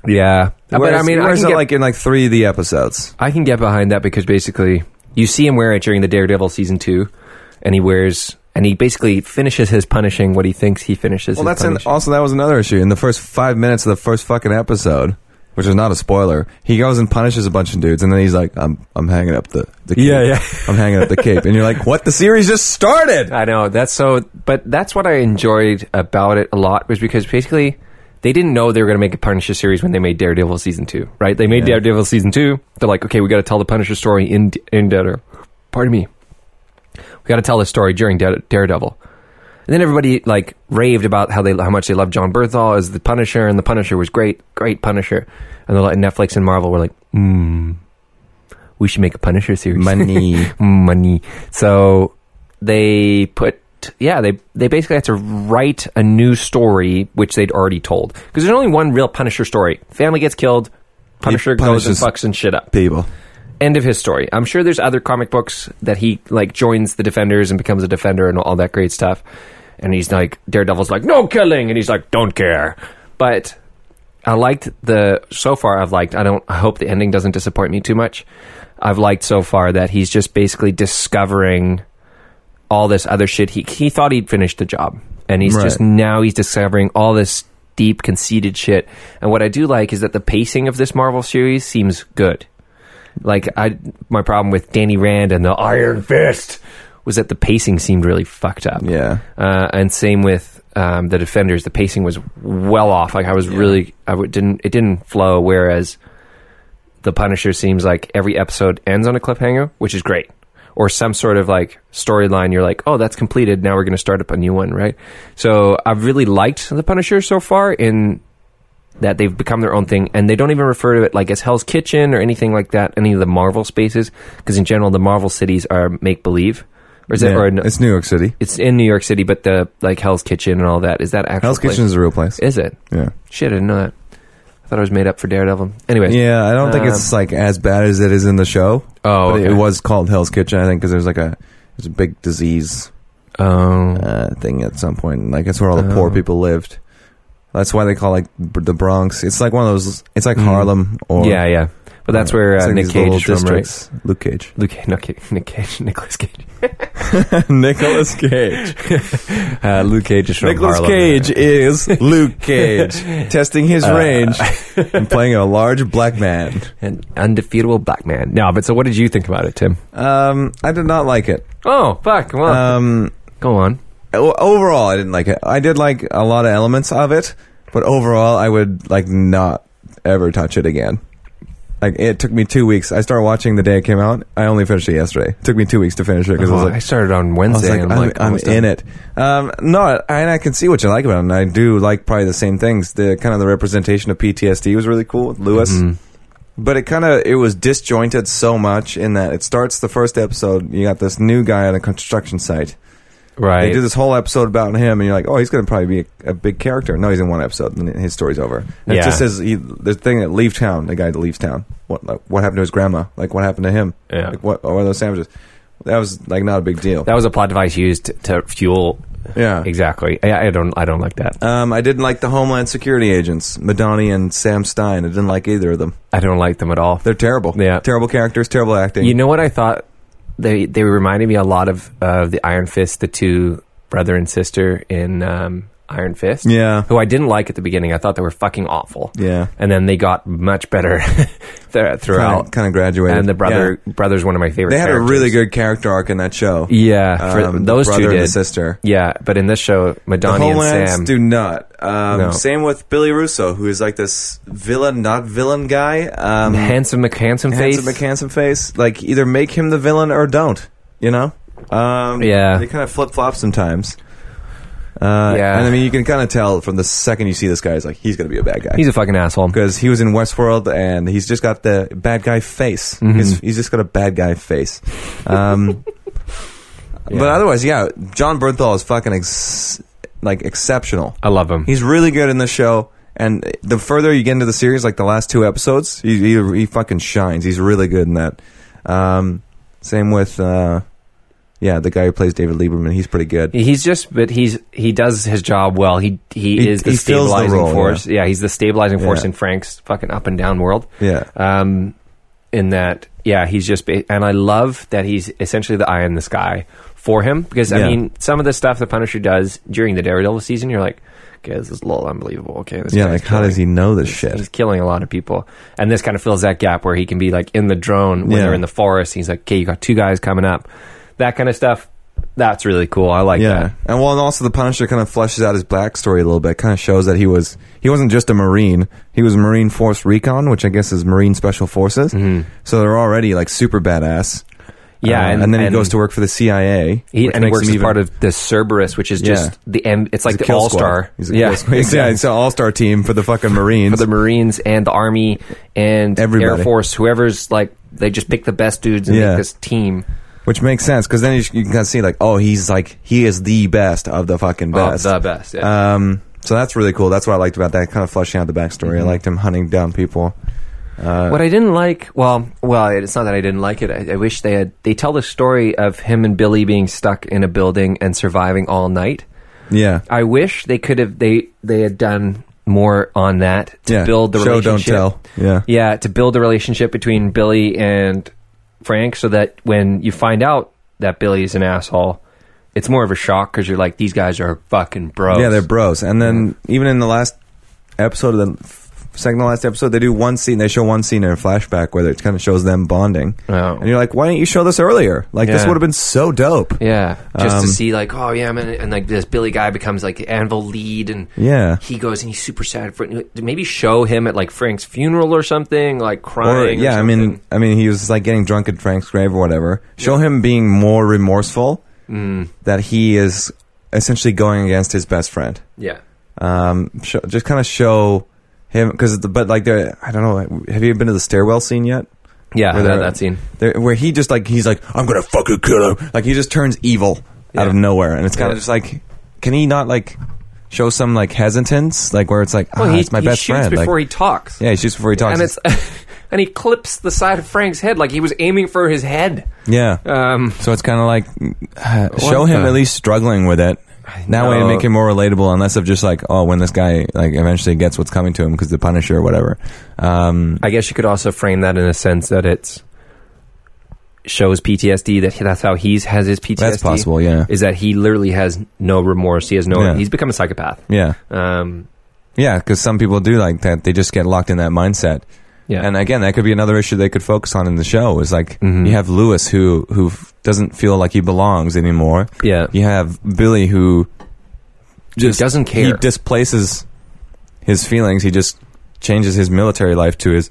A: yeah, Uh, but I
B: Whereas-
A: mean, I
B: whereas
A: can,
B: it,
A: get,
B: like in like three of the episodes.
A: I can get behind that because basically you see him wear it during the Daredevil season two, and he wears and he basically finishes his punishing what he thinks he finishes.
B: Well,
A: his
B: that's an,
A: punishing.
B: also that was another issue in the first five minutes of the first fucking episode, which is not a spoiler. He goes and punishes a bunch of dudes, and then he's like, "I'm I'm hanging up the, the cape.
A: Yeah, yeah.
B: I'm hanging up the cape," and you're like, "What? The series just started."
A: I know that's so, but that's what I enjoyed about it a lot was because basically they didn't know they were going to make a Punisher series when they made Daredevil season two, right? They made
B: Yeah.
A: Daredevil season two. They're like, okay, we got to tell the Punisher story in in Daredevil. Pardon me, we got to tell the story during Dare- Daredevil. And then everybody like raved about how they how much they loved John Berthal as the Punisher, and the Punisher was great, great Punisher. And the like, Netflix and Marvel were like, hmm, we should make a Punisher series
B: Money.
A: money. So they put yeah, they they basically had to write a new story which they'd already told because there's only one real Punisher story. Family gets killed, Punisher goes and
B: punishes-
A: fucks and shit up.
B: People.
A: End of his story. I'm sure there's other comic books that he like joins the Defenders and becomes a Defender and all that great stuff. And he's like Daredevil's like no killing, and he's like don't care. But I liked the so far. I've liked. I don't. I hope the ending doesn't disappoint me too much. I've liked so far that he's just basically discovering all this other shit. He he thought he'd finished the job, and he's
B: Right.
A: just now he's discovering all this deep conceited shit. And what I do like is that the pacing of this Marvel series seems good. Like I, my problem with Danny Rand and the Iron Fist was that the pacing seemed really fucked up.
B: Yeah.
A: Uh, and same with um, the defenders. The pacing was well off. Like I was really, I w- didn't, it didn't flow. Whereas the Punisher seems like every episode ends on a cliffhanger, which is great, or some sort of like storyline. You're like, oh, that's completed. Now we're going to start up a new one, right? So I've really liked the Punisher so far in that they've become their own thing, and they don't even refer to it like as Hell's Kitchen or anything like that. Any of the Marvel spaces, because in general, the Marvel cities are make believe. Or is it,
B: Yeah.
A: or no-
B: it's New York City.
A: it's in New York City, but the like Hell's Kitchen and all that is that actual
B: Hell's
A: place?
B: Kitchen is a real place.
A: Is it?
B: Yeah.
A: Shit, I didn't know that. I thought it was made up for Daredevil. Anyways,
B: Yeah, I don't think it's like as bad as it is in the show.
A: Oh,
B: But it-
A: okay.
B: it was called Hell's Kitchen, I think, because there's like a there's a big disease
A: um,
B: uh, thing at some point. and, Like that's where all the poor
A: Oh.
B: people lived. That's why they call like b- the Bronx. It's like one of those. It's like
A: Mm.
B: Harlem or
A: yeah, yeah. But that's where
B: It's
A: uh,
B: like
A: Nick
B: these
A: Cage
B: little
A: is from, right?
B: districts. Luke Cage.
A: Luke, Cage- no, Cage- Nick Cage, Nicholas Cage.
B: Nicholas Cage.
A: Uh, Luke Cage is from
B: Nicholas
A: Harlem.
B: Cage is Luke Cage testing
A: Uh,
B: his range and playing a large black man.
A: an undefeatable black man. No, but so what did you think about it, Tim?
B: Um, I did not like it.
A: Oh fuck! Well,
B: Um,
A: go on.
B: O- overall i didn't like it i did like a lot of elements of it but overall i would like not ever touch it again like it took me two weeks i started watching the day it came out i only finished it yesterday it took me two weeks to finish it because
A: Oh,
B: i was
A: I
B: like
A: started on
B: I was
A: Wednesday.
B: like,
A: and
B: I'm,
A: like,
B: I'm
A: almost done.
B: in it. Um, no, and I can see what you like about it. And I do like probably the same things. The kind of the representation of PTSD was really cool with Lewis but it kind of it was disjointed so much in that it starts the first episode you got this new guy on a construction site
A: Right.
B: they do this whole episode about him and you're like oh he's going to probably be a, a big character no he's in one episode and his story's over and
A: Yeah.
B: it just says he, the thing that leave town the guy that leaves town what like, what happened to his grandma like what happened to him
A: Yeah.
B: like what, what were those sandwiches that was like not a big deal
A: That was a plot device used to, to fuel.
B: yeah
A: Exactly. I, I don't. I don't like that.
B: um, I didn't like the Homeland Security agents, Madani and Sam Stein. I didn't like either of them.
A: I don't like them at all.
B: They're terrible.
A: Yeah.
B: terrible characters, terrible acting.
A: You know what I thought? They they reminded me a lot of of the Iron Fist, the two brother and sister in um, Iron Fist.
B: yeah,
A: Who I didn't like at the beginning. I thought they were fucking awful.
B: yeah.
A: And then they got much better th- throughout.
B: kind of graduated.
A: And the brother
B: Yeah.
A: brother's one of my favorite.
B: They had
A: characters.
B: a really good character arc in that show.
A: Yeah, for
B: Um, the
A: those
B: brother
A: two
B: and the
A: did.
B: sister.
A: Yeah, but in this show,
B: The
A: Madonna and
B: Homelands
A: Sam.
B: do not. Um,
A: No.
B: Same with Billy Russo, who is like this villain, not villain guy. Um,
A: handsome, Mc- handsome face.
B: handsome, Mc- handsome face. Like either make him the villain or don't. You know. Um,
A: Yeah.
B: They kind of flip flop sometimes. Uh,
A: Yeah.
B: And I mean, you can kind of tell from the second you see this guy, is like he's going to be a bad guy.
A: He's a fucking asshole.
B: because he was in Westworld and he's just got the
A: Mm-hmm.
B: bad guy face. He's, he's just got a bad guy face. Um, But otherwise, yeah, John Bernthal is fucking ex- like exceptional.
A: I love him.
B: He's really good in the show. And the further you get into the series, like the last two episodes, he, he, he fucking shines. He's really good in that. Um, same with, uh, yeah, the guy who plays David Lieberman. He's pretty good.
A: He's just, but he's he does his job well. He he,
B: He-
A: is the
B: he fills the
A: stabilizing
B: role,
A: force. Yeah. he's the stabilizing force
B: Yeah.
A: in Frank's fucking up and down world.
B: Yeah.
A: Um, in that, yeah, he's just, ba- and I love that he's essentially the eye in the sky for him because I
B: Yeah.
A: mean, some of the stuff the Punisher does during the Daredevil season, you're like, okay, this is a little unbelievable. Okay, this
B: Yeah,
A: guy's
B: like how
A: killing-
B: does he know this
A: He's
B: shit?
A: killing a lot of people, and this kind of fills that gap where he can be like in the drone when
B: Yeah.
A: they're in the forest. He's like, okay, you got two guys coming up, that kind of stuff. That's really cool. I like
B: yeah,
A: that.
B: and well, and also the Punisher kind of fleshes out his backstory a little bit. Kind of shows that he was he wasn't just a Marine. He was Marine Force Recon, which I guess is Marine Special Forces. Mm-hmm. So they're already like super badass.
A: Yeah,
B: Uh,
A: and-
B: and, then he
A: and-
B: goes to work for the CIA.
A: He
B: which
A: and he
B: makes
A: works
B: him
A: as
B: even-
A: part of the Cerberus, which is
B: Yeah.
A: just the M. It's like
B: he's a
A: the
B: kill
A: All
B: squad.
A: Star.
B: He's a yeah, yeah, it's an all star team for the fucking Marines.
A: for the Marines and the Army and Air
B: Everybody.
A: Force, whoever's like they just pick the best dudes and
B: Yeah.
A: make this team.
B: Which makes sense because then you, you can kind of see like, oh, he's like he is the best of the fucking
A: Of
B: best,
A: the best, yeah.
B: Um, so that's really cool. That's what I liked about that kind of fleshing out the backstory. I
A: Mm-hmm.
B: liked him hunting down people. Uh,
A: what I didn't like, well, well, it's not that I didn't like it. I, I wish they had. They tell the story of him and Billy being stuck in a building and surviving all night.
B: Yeah,
A: I wish they could have they they had done more on that to
B: yeah.
A: build the
B: show don't
A: relationship.
B: tell. Yeah,
A: yeah, to build the relationship between Billy and Frank, so that when you find out that Billy is an asshole, it's more of a shock because you're like, these guys are fucking bros.
B: yeah, they're bros. And then even in the last episode of the f- second to last episode, they do one scene. They show one scene in a flashback where it kind of shows them bonding.
A: Oh.
B: And you're like, why didn't you show this earlier? Like this
A: Yeah.
B: would have been so dope.
A: Yeah, just
B: Um,
A: to see like, oh yeah, man, and like this Billy guy becomes like the Anvil lead, and
B: Yeah.
A: he goes and he's super sad for maybe show him at like Frank's funeral or something, like crying.
B: Or, yeah, I mean, I mean, he was like getting drunk at Frank's grave or whatever. Show him being more remorseful
A: Mm.
B: that he is essentially going against his best friend.
A: yeah,
B: Um, show, just kind of show him because, but like, there, I don't know. Have you been to the stairwell scene yet?
A: yeah,
B: Where
A: that,
B: they're-
A: that scene.
B: there, where he just like he's like, I'm gonna fucking kill him. Like he just turns evil out of
A: Yeah.
B: nowhere, and it's kind of
A: Yeah.
B: just like, can he not like show some like hesitance, like where it's like,
A: Well,
B: ah,
A: he,
B: it's my
A: he
B: best
A: shoots
B: friend.
A: before
B: like,
A: he talks.
B: yeah, oh, he shoots before he talks.
A: and it's and he clips the side of Frank's head like he was aiming for his head.
B: yeah,
A: Um,
B: So it's kind of like uh, show him
A: the-
B: at least struggling with it. That way, it
A: know.
B: make him more relatable. Unless of just like, oh, when this guy like eventually gets what's coming to him because the Punisher or whatever. Um,
A: I guess you could also frame that in a sense that it's shows PTSD that he- that's how he's has his PTSD.
B: That's possible, yeah.
A: Is that he literally has no remorse. He has no.
B: Yeah.
A: He's become a psychopath.
B: yeah,
A: Um,
B: yeah, because some people do like that. They just get locked in that mindset.
A: yeah. Mm-hmm.
B: And again, that could be another issue they could focus on in the show. Is like you have Lewis who who f- doesn't feel like he belongs anymore.
A: yeah.
B: You have Billy who just
A: doesn't
B: He
A: care.
B: displaces his feelings. He just changes his military life to his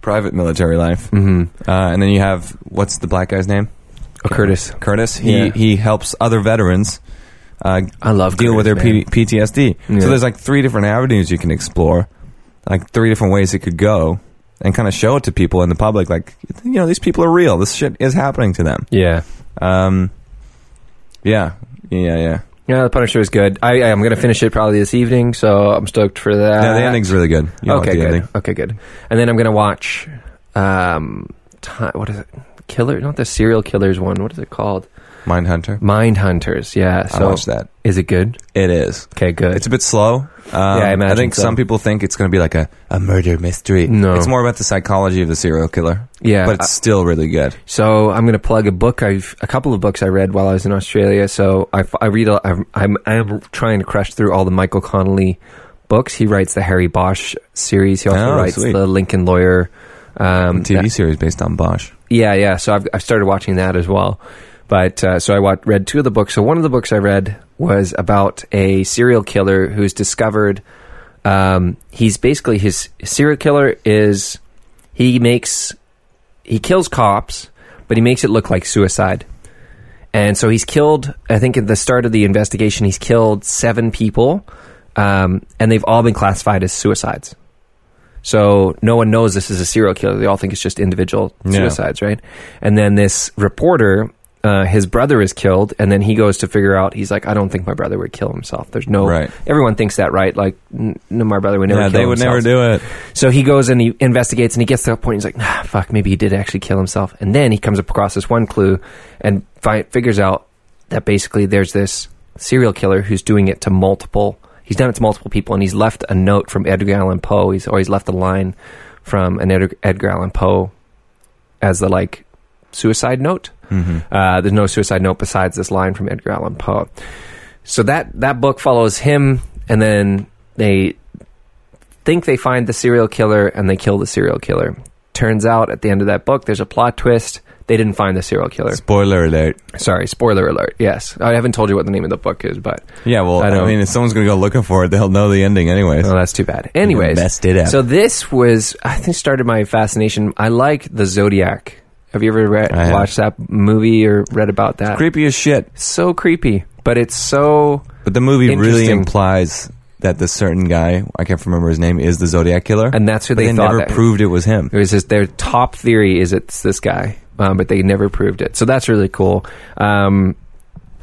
B: private military life. Mm-hmm. Uh, and then you have what's the black guy's name?
A: Oh, Curtis.
B: Curtis. He
A: Yeah.
B: he helps other veterans uh,
A: I love
B: deal with their
A: Curtis,
B: P-
A: man.
B: PTSD.
A: Yeah.
B: So there's like three different avenues you can explore, like three different ways it could go, and kind of show it to people in the public. Like you know, these people are real. This shit is happening to them.
A: Yeah.
B: Um, yeah, yeah, yeah.
A: Yeah, The Punisher is good. I, I'm going to finish it probably this evening, so I'm stoked for that.
B: yeah, the ending's really good. You like
A: Uh, okay,
B: the
A: good.
B: ending.
A: Okay, good. And then I'm gonna watch, um, ti what is it? Killer? Not the serial killers one. What is it called?
B: Mindhunter.
A: Mind Hunters. Yeah. So
B: watched that.
A: Is it good?
B: It is.
A: Okay, good.
B: It's a bit slow. Um,
A: I imagine
B: think
A: so.
B: some people think it's going to be like a, a murder mystery.
A: No.
B: It's more about the psychology of the serial killer.
A: Yeah,
B: But it's
A: I-
B: still really good.
A: so I'm gonna plug a book. I've a couple of books I read while I was in Australia. So I, f- I read. A, I'm, I'm I'm trying to crush through all the Michael Connolly books. He writes the Harry Bosch series. He also
B: Oh,
A: writes
B: sweet.
A: the Lincoln Lawyer. Um,
B: TV
A: that-
B: series based on Bosch.
A: Yeah, yeah. So I've, I've started watching that as well. But uh, so I wa read two of the books. So one of the books I read was about a serial killer who's discovered. Um, he's basically his serial killer is he makes he kills cops, but he makes it look like suicide. And so he's killed. I think at the start of the investigation, he's killed seven people, um, and they've all been classified as suicides. So no one knows this is a serial killer. They all think it's just individual
B: Yeah.
A: suicides, right? And then this reporter uh, his brother is killed, and then he goes to figure out. He's like, I don't think my brother would kill himself. There's no
B: Right.
A: Everyone thinks that, right? Like, n- no, my brother would Oh, never.
B: yeah,
A: kill
B: they would never
A: themselves.
B: do it.
A: So he goes and he investigates and he gets to that point. He's like, nah, fuck, maybe he did actually kill himself. And then he comes across this one clue and fi- figures out that basically there's this serial killer who's doing it to multiple. He's done it to multiple people and he's left a note from Edgar Allan Poe. He's always left a line from an Ed- Edgar Allan Poe as the like suicide note.
B: hmm
A: Uh, there's no suicide note besides this line from Edgar Allan Poe. So that that book follows him, and then they think they find the serial killer, and they kill the serial killer. Turns out at the end of that book, there's a plot twist. They didn't find the serial killer.
B: Spoiler alert.
A: Sorry, spoiler alert. Yes, I haven't told you what the name of the book is, but
B: Yeah, well,
A: I
B: I,
A: know.
B: mean, if someone's gonna go looking for it, they'll know the ending anyways.
A: oh, that's too bad.
B: You
A: Anyways,
B: messed it up.
A: so this was I think started my fascination. I like the Zodiac. Have you ever read,
B: I have.
A: watched that movie or read about that?
B: creepy as shit.
A: so creepy, but it's so
B: But the movie really
A: Interesting.
B: implies that the certain guy, I can't remember his name, is the Zodiac killer.
A: and that's who
B: but
A: they,
B: they,
A: thought
B: never
A: that-
B: proved it was him.
A: It was just their top theory is it's this guy, um, but they never proved it. So that's really cool. Um,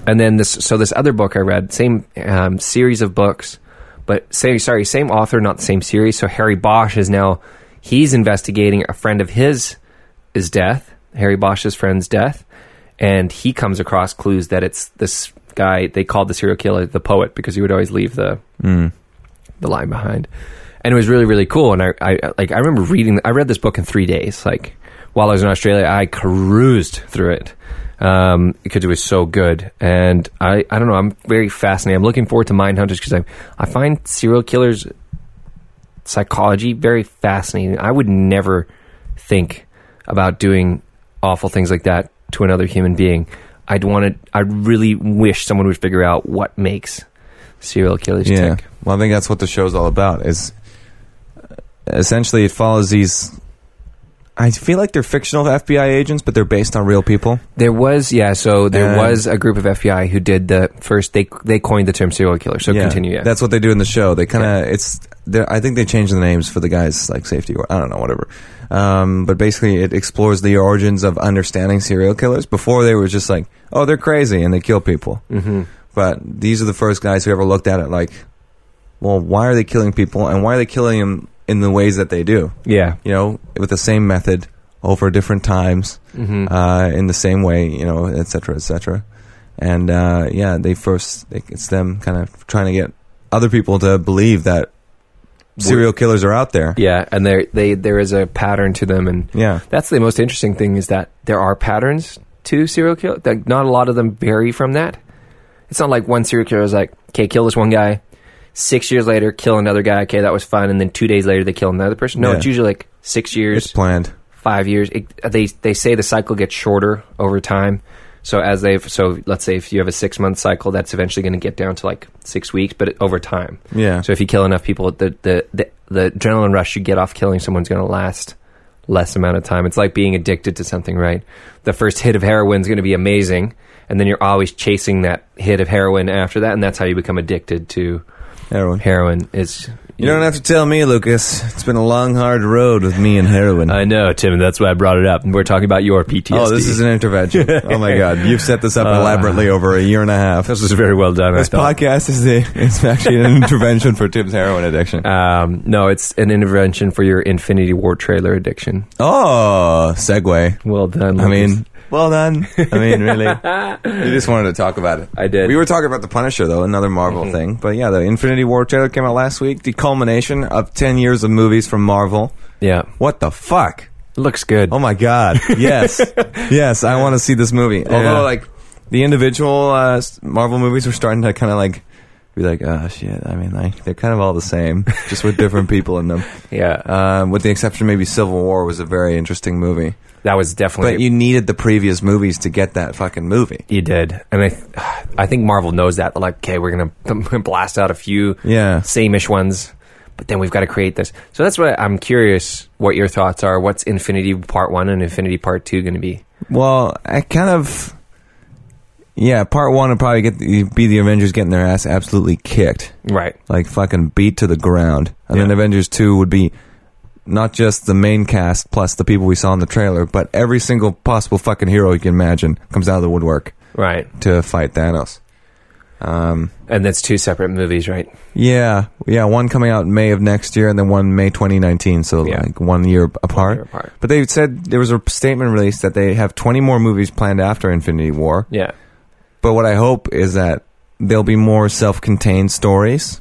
A: and then this, so this other book I read, same um, series of books, but same, sorry, same author, not the same series. So Harry Bosch is now he's investigating a friend of his is death, Harry Bosch's friend's death, and he comes across clues that it's this guy they called the serial killer the poet because he would always leave the the line behind. And it was really, really cool. And I, I like I remember reading I read this book in three days. Like while I was in Australia, I cruised through it. Um, because it was so good. And I, I don't know, I'm very fascinated. I'm looking forward to Mindhunters because I I find serial killers psychology very fascinating. I would never think about doing awful things like that to another human being. I'd want to I really wish someone would figure out what makes serial killers
B: Yeah.
A: tick.
B: Well, I think that's what the show's all about. Is essentially it follows these. I feel like they're fictional FBI agents, but they're based on real people.
A: There was, yeah. So there
B: And-
A: was a group of FBI who did the first. They they coined the term serial killer. So continue. Yeah,
B: That's what they do in the show. They kind of it's. they're- I think they changed the names for the guys like safety or I don't know whatever. Um, but basically, it explores the origins of understanding serial killers. Before they were just like, oh, they're crazy and they kill people.
A: Mhm.
B: But these are the first guys who ever looked at it like, well, why are they killing people and why are they killing them in the ways that they do?
A: yeah.
B: You know, with the same method over different times
A: hmm
B: uh, in the same way, you know, et cetera, et cetera. And uh, yeah, they first like, it's them kind of trying to get other people to believe that serial killers are out there.
A: yeah. And there they there is a pattern to them, and
B: Yeah,
A: that's the most interesting thing is that there are patterns to serial killer. That not a lot of them vary from that. It's not like one serial killer is like, okay, kill this one guy. Six years later, kill another guy. Okay, that was fun. And then two days later, they kill another person. No,
B: Yeah.
A: it's usually like six years.
B: it's planned.
A: five years. It, they they say the cycle gets shorter over time. So as they've so let's say if you have a six month cycle, that's eventually going to get down to like six weeks, but it, over time.
B: Yeah,
A: So if you kill enough people, the the the, the adrenaline rush you get off killing someone's going to last less amount of time. It's like being addicted to something, right? The first hit of heroin is going to be amazing, and then you're always chasing that hit of heroin after that, and that's how you become addicted to
B: heroin.
A: heroin. Is
B: You don't have to tell me, Lucas. It's been a long, hard road with me and heroin.
A: I know, Tim. That's why I brought it up. We're talking about your PTSD.
B: oh, this is an intervention. oh my God, you've set this up
A: Uh,
B: elaborately over a year and a half.
A: This is very well done.
B: This
A: I thought.
B: podcast is the, it's actually an intervention for Tim's heroin addiction.
A: um, no, it's an intervention for your Infinity War trailer addiction.
B: Oh, segue.
A: Well done.
B: I
A: Lucas.
B: mean, well done. I mean, really, you just wanted to talk about it.
A: I did. Mm-hmm.
B: We were talking about the Punisher, though, another Marvel thing. But yeah, the Infinity War trailer came out last week. The culmination of ten years of movies from Marvel.
A: yeah,
B: What the fuck?
A: looks good.
B: Oh my god! Yes, yes, I want to see this movie.
A: Yeah.
B: Although, like, the individual uh, s- Marvel movies were starting to kind of like be like, oh shit. I mean, like, they're kind of all the same, just with different people in them.
A: yeah, uh,
B: Um, with the exception, maybe Civil War was a very interesting movie.
A: that was definitely
B: But you needed the previous movies to get that fucking movie.
A: you did, and I, th- I think Marvel knows that. They're like, okay, we're gonna blast out a few
B: Yeah.
A: sameish ones, but then we've got to create this. So that's why I'm curious what your thoughts are. What's Infinity Part One and Infinity Part Two going to be?
B: Well, I kind of. Yeah, part one would probably get the, be the Avengers getting their ass absolutely kicked,
A: Right.
B: like fucking beat to the ground, and then
A: Yeah.
B: Avengers two would be not just the main cast plus the people we saw in the trailer, but every single possible fucking hero you can imagine comes out of the woodwork
A: Right.
B: to fight Thanos. Um,
A: And that's two separate movies, right?
B: yeah, yeah, one coming out in May of next year, and then one May 2019, so
A: Yeah.
B: like one year apart.
A: They're apart.
B: But they said there was a statement released that they have 20 more movies planned after Infinity War.
A: Yeah.
B: But what I hope is that there'll be more self-contained stories.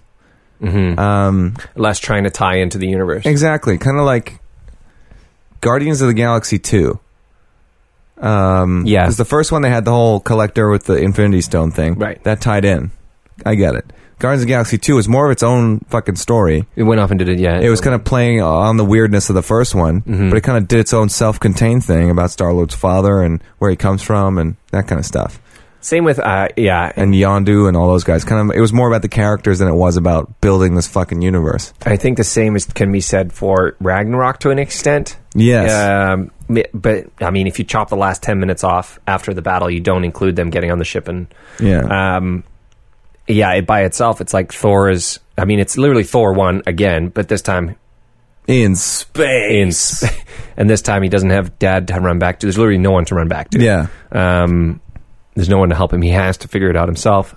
A: Mm-hmm.
B: Um,
A: Less trying to tie into the universe.
B: exactly, kind of like Guardians of the Galaxy Two. Um,
A: Yeah.
B: 'cause the first one they had the whole collector with the Infinity Stone thing,
A: Right.
B: That tied in. I get it. Guardians of the Galaxy Two is more of its own fucking story.
A: It went off and did it. Yeah.
B: It was kind of playing on the weirdness of the first one,
A: Mhm.
B: but it kind of did its own self-contained thing about Star Lord's father and where he comes from and that kind of stuff.
A: same with uh, yeah.
B: and Yondu and all those guys. Kind of, it was more about the characters than it was about building this fucking universe.
A: I think the same is, can be said for Ragnarok to an extent.
B: Yes.
A: Um, mi- but I mean, if you chop the last ten minutes off after the battle, you don't include them getting on the ship and
B: Yeah,
A: um, yeah, it by itself, it's like Thor's. I mean, it's literally Thor one again, but this time
B: in space.
A: in, sp- and this time he doesn't have dad to run back to. There's literally no one to run back to.
B: yeah,
A: Um, there's no one to help him. He has to figure it out himself.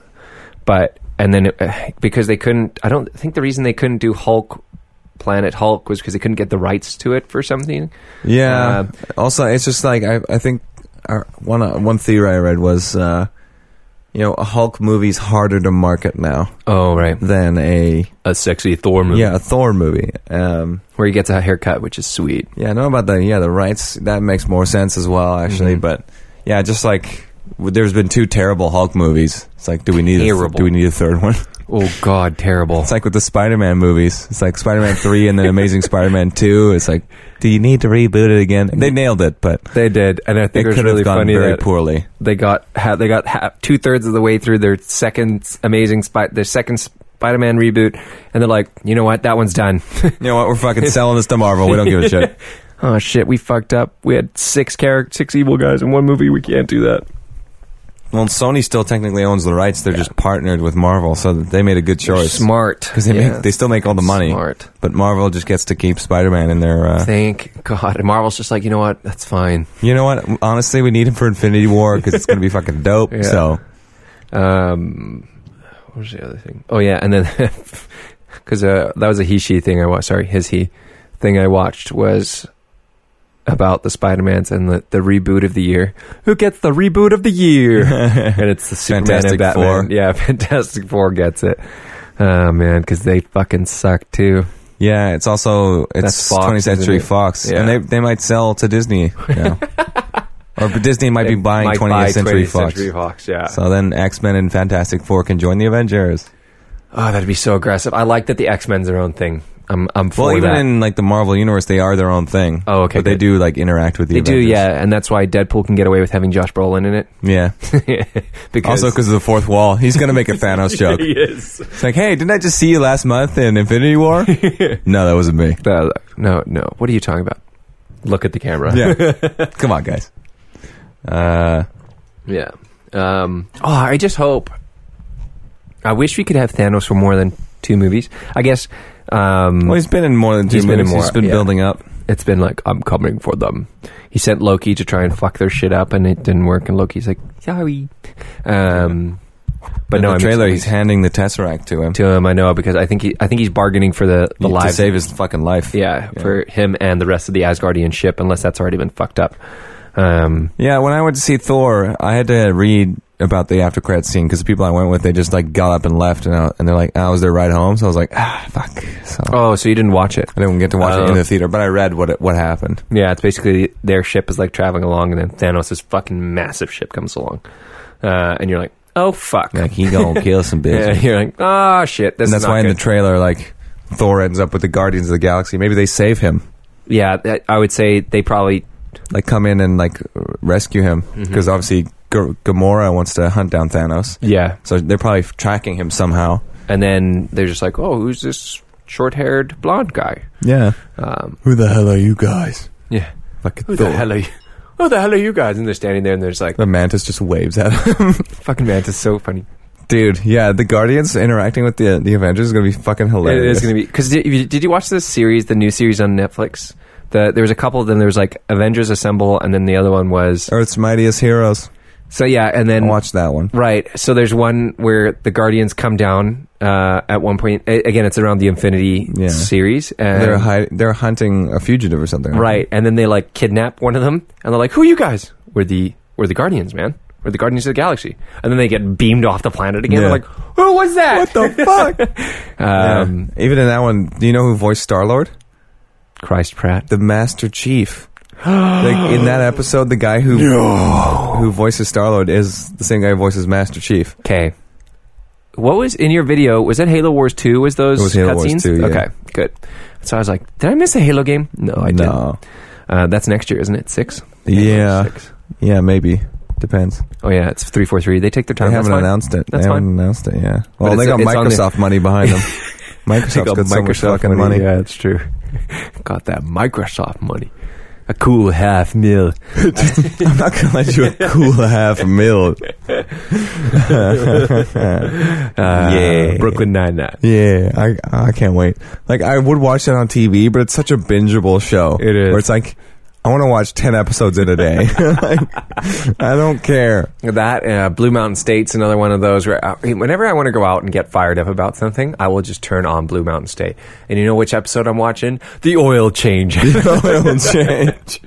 A: But and then it, because they couldn't, I don't think the reason they couldn't do Hulk, Planet Hulk, was because they couldn't get the rights to it for something.
B: yeah.
A: Uh,
B: also, it's just like I, I think our, one uh, one theory I read was, uh, you know, a Hulk movie's harder to market now
A: Oh right,
B: than a
A: a sexy Thor movie.
B: yeah a Thor movie. Um,
A: where he gets a haircut, which is sweet.
B: yeah, I know about the yeah the rights that makes more sense as well actually,
A: Mhm.
B: but yeah, just like. w- There's been two terrible Hulk movies. It's like, do we need a th-
A: Terrible.
B: do we need a third one?
A: Oh God, terrible.
B: It's like with the Spider-Man movies. It's like Spider-Man 3 and then Amazing Spider-Man 2. It's like, do you need to reboot it again? They nailed it, but
A: They did, and I
B: it
A: think it, was
B: could have
A: really
B: gone
A: funny
B: very
A: that
B: poorly.
A: they got ha- they got ha- two thirds of the way through their second Amazing Spy- their second Spider-Man reboot, and they're like, you know what, that one's done.
B: You know what? We're fucking selling this to Marvel. We don't give a shit.
A: oh shit, we fucked up. We had six characters, six evil guys in one movie. We can't do that.
B: Well, Sony still technically owns the rights. They're just partnered with Marvel, so that they made a good
A: They're
B: choice.
A: Smart,
B: Because they,
A: Yeah.
B: make, they still make all the money,
A: Smart.
B: but Marvel just gets to keep Spider-Man in their... Uh,
A: Thank God. And Marvel's just like, you know what, that's fine.
B: you know what? Honestly, we need him for Infinity War because it's going to be fucking dope.
A: Yeah.
B: So,
A: Um, what was the other thing? Oh yeah, and then because uh, that was a he she thing I watched. Sorry, his he thing I watched was about the Spider Mans and the, the reboot of the year. Who gets the reboot of the year? and it's the Superman
B: Fantastic
A: and Batman.
B: Four.
A: Yeah, Fantastic Four gets it. Oh man, because they fucking suck too.
B: yeah, it's also... It's
A: That's Fox,
B: 20th Century
A: isn't it?
B: Fox.
A: Yeah.
B: And they, they might sell to Disney now. or but Disney might be
A: They
B: buying
A: might
B: 20th
A: buy
B: Century
A: 20th
B: Fox.
A: Century Fox, yeah.
B: So then X Men and Fantastic Four can join the Avengers.
A: Oh, that'd be so aggressive. I like that the X Men's their own thing. I'm I'm for
B: Well, even
A: that.
B: in like the Marvel universe, they are their own thing.
A: Oh, okay,
B: But they
A: good.
B: do like interact with the.
A: they do,
B: Avengers.
A: yeah, and that's why Deadpool can get away with having Josh Brolin in it.
B: yeah.
A: because
B: Also, because of the fourth wall, he's gonna make a Thanos joke.
A: yes.
B: It's like, hey, didn't I just see you last month in Infinity War? no, that wasn't me.
A: No, no, no. What are you talking about? Look at the camera.
B: Yeah, come on, guys. Uh,
A: Yeah. Um, oh, I just hope. I wish we could have Thanos for more than two movies. I guess um,
B: well, he's been in more than two
A: He's been in
B: movies. he's
A: more,
B: been
A: yeah.
B: building up.
A: it's been like I'm coming for them. He sent Loki to try and fuck their shit up, and it didn't work. And Loki's like, sorry. Um, but
B: In
A: no,
B: the
A: I'm
B: trailer, he's handing the Tesseract to him
A: to him. I know because I think he, I think he's bargaining for the the
B: to
A: live
B: save his fucking life.
A: Yeah,
B: Yeah.
A: for him and the rest of the Asgardian ship, unless that's already been fucked up. Um,
B: Yeah, when I went to see Thor, I had to read about the after credit scene because the people I went with, they just like got up and left, and, I, and they're like, "Ah, "I was their ride home," so I was like, "Ah, fuck." So
A: oh, so you didn't watch it?
B: I didn't get to watch it
A: Oh.
B: in the theater, but I read what it, what happened.
A: Yeah, it's basically their ship is like traveling along, and then Thanos' fucking massive ship comes along, uh, and you're like, oh fuck.
B: Like he gonna kill some
A: Yeah,
B: bitches,
A: you're like, ah, shit. This
B: and
A: is
B: that's
A: not
B: why in
A: good.
B: the trailer, like Thor ends up with the Guardians of the Galaxy. Maybe they save him,
A: yeah, that, I would say they probably.
B: like come in and like rescue him, because obviously G- Gamora wants to hunt down Thanos,
A: Yeah,
B: so they're probably tracking him somehow.
A: and then they're just like, oh, who's this short-haired blonde guy?
B: Yeah,
A: Um,
B: who the hell are you guys?
A: yeah,
B: Fucking
A: who
B: Thor.
A: the hell are you? Who the hell are you guys? And they're standing there, and they're just like,
B: The mantis just waves at him.
A: fucking man, it's so funny.
B: Dude, yeah, the Guardians interacting with the the Avengers is gonna be fucking
A: It
B: hilarious.
A: is going to be because did, you- did you watch this series, the new series on Netflix? The, there was a couple of them. There was like Avengers Assemble, and then the other one was
B: Earth's Mightiest Heroes.
A: so yeah. And then
B: Watch that one.
A: Right. So there's one where the Guardians come down uh, at one point. A- again, it's around the Infinity
B: Yeah.
A: series. And,
B: They're hi- they're hunting a fugitive or something.
A: right, and then they like kidnap one of them, and they're like, "Who are you guys? We're the we're the Guardians, man. We're the Guardians of the Galaxy." And then they get beamed off the planet again.
B: Yeah.
A: They're like, "Who was that?"
B: What the fuck?
A: um,
B: Yeah. Even in that one, do you know who voiced Star Lord?
A: Christ Pratt.
B: The Master Chief. like in that episode, the guy who who voices Star Lord is the same guy who voices Master Chief.
A: Okay. What was in your video? Was that Halo Wars Two? Was those
B: It was Halo Wars
A: cutscenes?
B: 2, yeah.
A: Okay, good. So I was like, "Did I miss a Halo game?" No, Oh, I didn't.
B: no.
A: Uh, that's next year, isn't it? Six.
B: Yeah.
A: Six.
B: Yeah, maybe. Depends.
A: Oh yeah, it's three four three. They take their
B: They
A: time.
B: haven't
A: that's fine.
B: announced it.
A: That's
B: they
A: fine.
B: haven't announced it, yeah. Well,
A: But
B: they
A: it's-
B: got
A: it's on the-
B: Microsoft money behind them. Microsoft's got so much fucking money.
A: Yeah, it's true. got that Microsoft money. A cool half mil.
B: I'm not going to let you a cool half mil.
A: Uh,
B: Yeah.
A: Brooklyn Nine Nine.
B: Yeah, I I can't wait. Like I would watch it on TV, but it's such a bingeable show.
A: It is.
B: Where it's like I want to watch ten episodes in a day. like, I don't care.
A: That uh, Blue Mountain State's another one of those where I, whenever I want to go out and get fired up about something, I will just turn on Blue Mountain State. And you know which episode I'm watching? The oil change.
B: Oil change.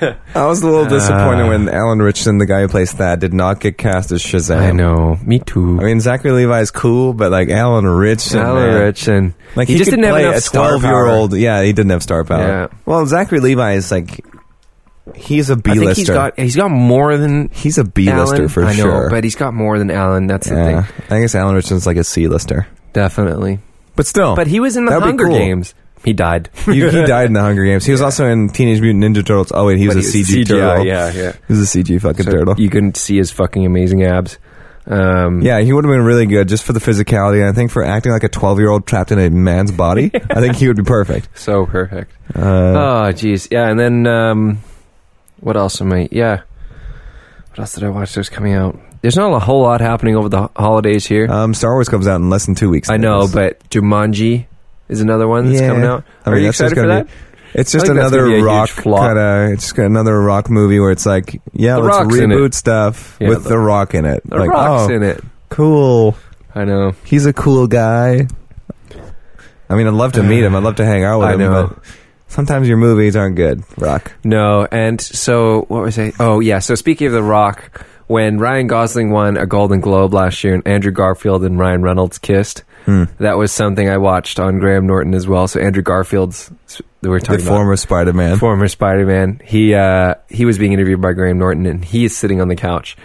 B: I was a little disappointed when Alan Richson, the guy who plays Thad, did not get cast as Shazam.
A: I know. Me too.
B: I mean, Zachary Levi is cool, but like Alan Richson,
A: Alan
B: man.
A: Richardson.
B: Like
A: he,
B: he,
A: just
B: could
A: didn't have
B: play
A: enough
B: a
A: star power.
B: twelve-year-old. Yeah, he didn't have star power.
A: Yeah.
B: Well, Zachary Levi is like he's a
A: I
B: B-lister.
A: think he's got he's got more than
B: He's a B-lister
A: Alan.
B: for
A: I know,
B: sure.
A: but he's got more than Alan. That's the
B: yeah.
A: thing.
B: I guess Alan Richardson's like a C-lister.
A: Definitely.
B: But still.
A: But he was in the
B: That'd be
A: Hunger
B: cool.
A: Games. He died.
B: he, he died in the Hunger Games. He was also in Teenage Mutant Ninja Turtles. Oh, wait, he was
A: But
B: a
A: he was
B: CG
A: CGI,
B: turtle.
A: yeah, yeah.
B: He was a CG fucking
A: So
B: turtle.
A: You couldn't see his fucking amazing abs. Um,
B: yeah, he would have been really good just for the physicality. And I think for acting like a 12-year-old trapped in a man's body, I think he would be perfect.
A: So perfect.
B: Uh,
A: oh, jeez. Yeah, and then um, what else am I? Yeah. What else did I watch that was coming out? There's not a whole lot happening over the ho- holidays here.
B: um, Star Wars comes out in less than two weeks.
A: I know, but Jumanji is another one that's
B: Yeah.
A: coming out.
B: I
A: Are
B: mean,
A: you
B: that's just
A: excited for
B: gonna
A: that?
B: be- It's just
A: I think that's
B: another
A: gonna be a huge
B: rock
A: flop.
B: kind of. It's just another rock movie where it's like, yeah,
A: The
B: let's
A: Rock's in
B: reboot
A: it.
B: stuff
A: Yeah,
B: with
A: the-
B: the, Rock in it.
A: The
B: like,
A: Rock's
B: oh,
A: in it.
B: cool.
A: I know.
B: He's a cool guy. I mean, I'd love to meet him. I'd love to hang out with
A: I
B: him.
A: know.
B: But sometimes your movies aren't good, Rock.
A: No, and so what was I? Oh yeah, so speaking of The Rock, when Ryan Gosling won a Golden Globe last year, and Andrew Garfield and Ryan Reynolds kissed,
B: Hmm.
A: that was something I watched on Graham Norton as well. So Andrew Garfield's we were
B: The
A: talking about
B: former Spider Man.
A: former Spider Man. He uh, he was being interviewed by Graham Norton, and he is sitting on the couch,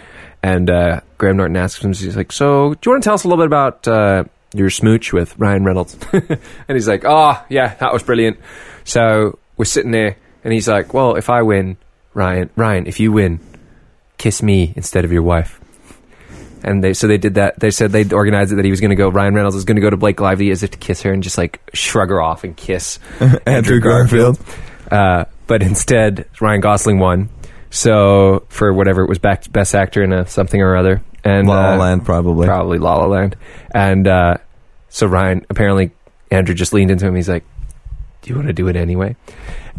A: and uh, Graham Norton asks him, he's like, "So, do you want to tell us a little bit about uh, your smooch with Ryan Reynolds?" and he's like, "Oh, yeah, that was brilliant." So we're sitting there, and he's like, "Well, if I win, Ryan, Ryan, if you win, kiss me instead of your wife." And they so they did that. They said they would organized it that he was going to go. Ryan Reynolds was going to go to Blake Lively as if to kiss her and just like shrug her off and kiss
B: Andrew Garfield.
A: uh, but instead, Ryan Gosling won. So for whatever it was, back best actor in a something or other, and
B: La La
A: uh,
B: Land, probably.
A: probably La La Land. And uh, so Ryan apparently Andrew just leaned into him. He's like, "Do you want to do it anyway?"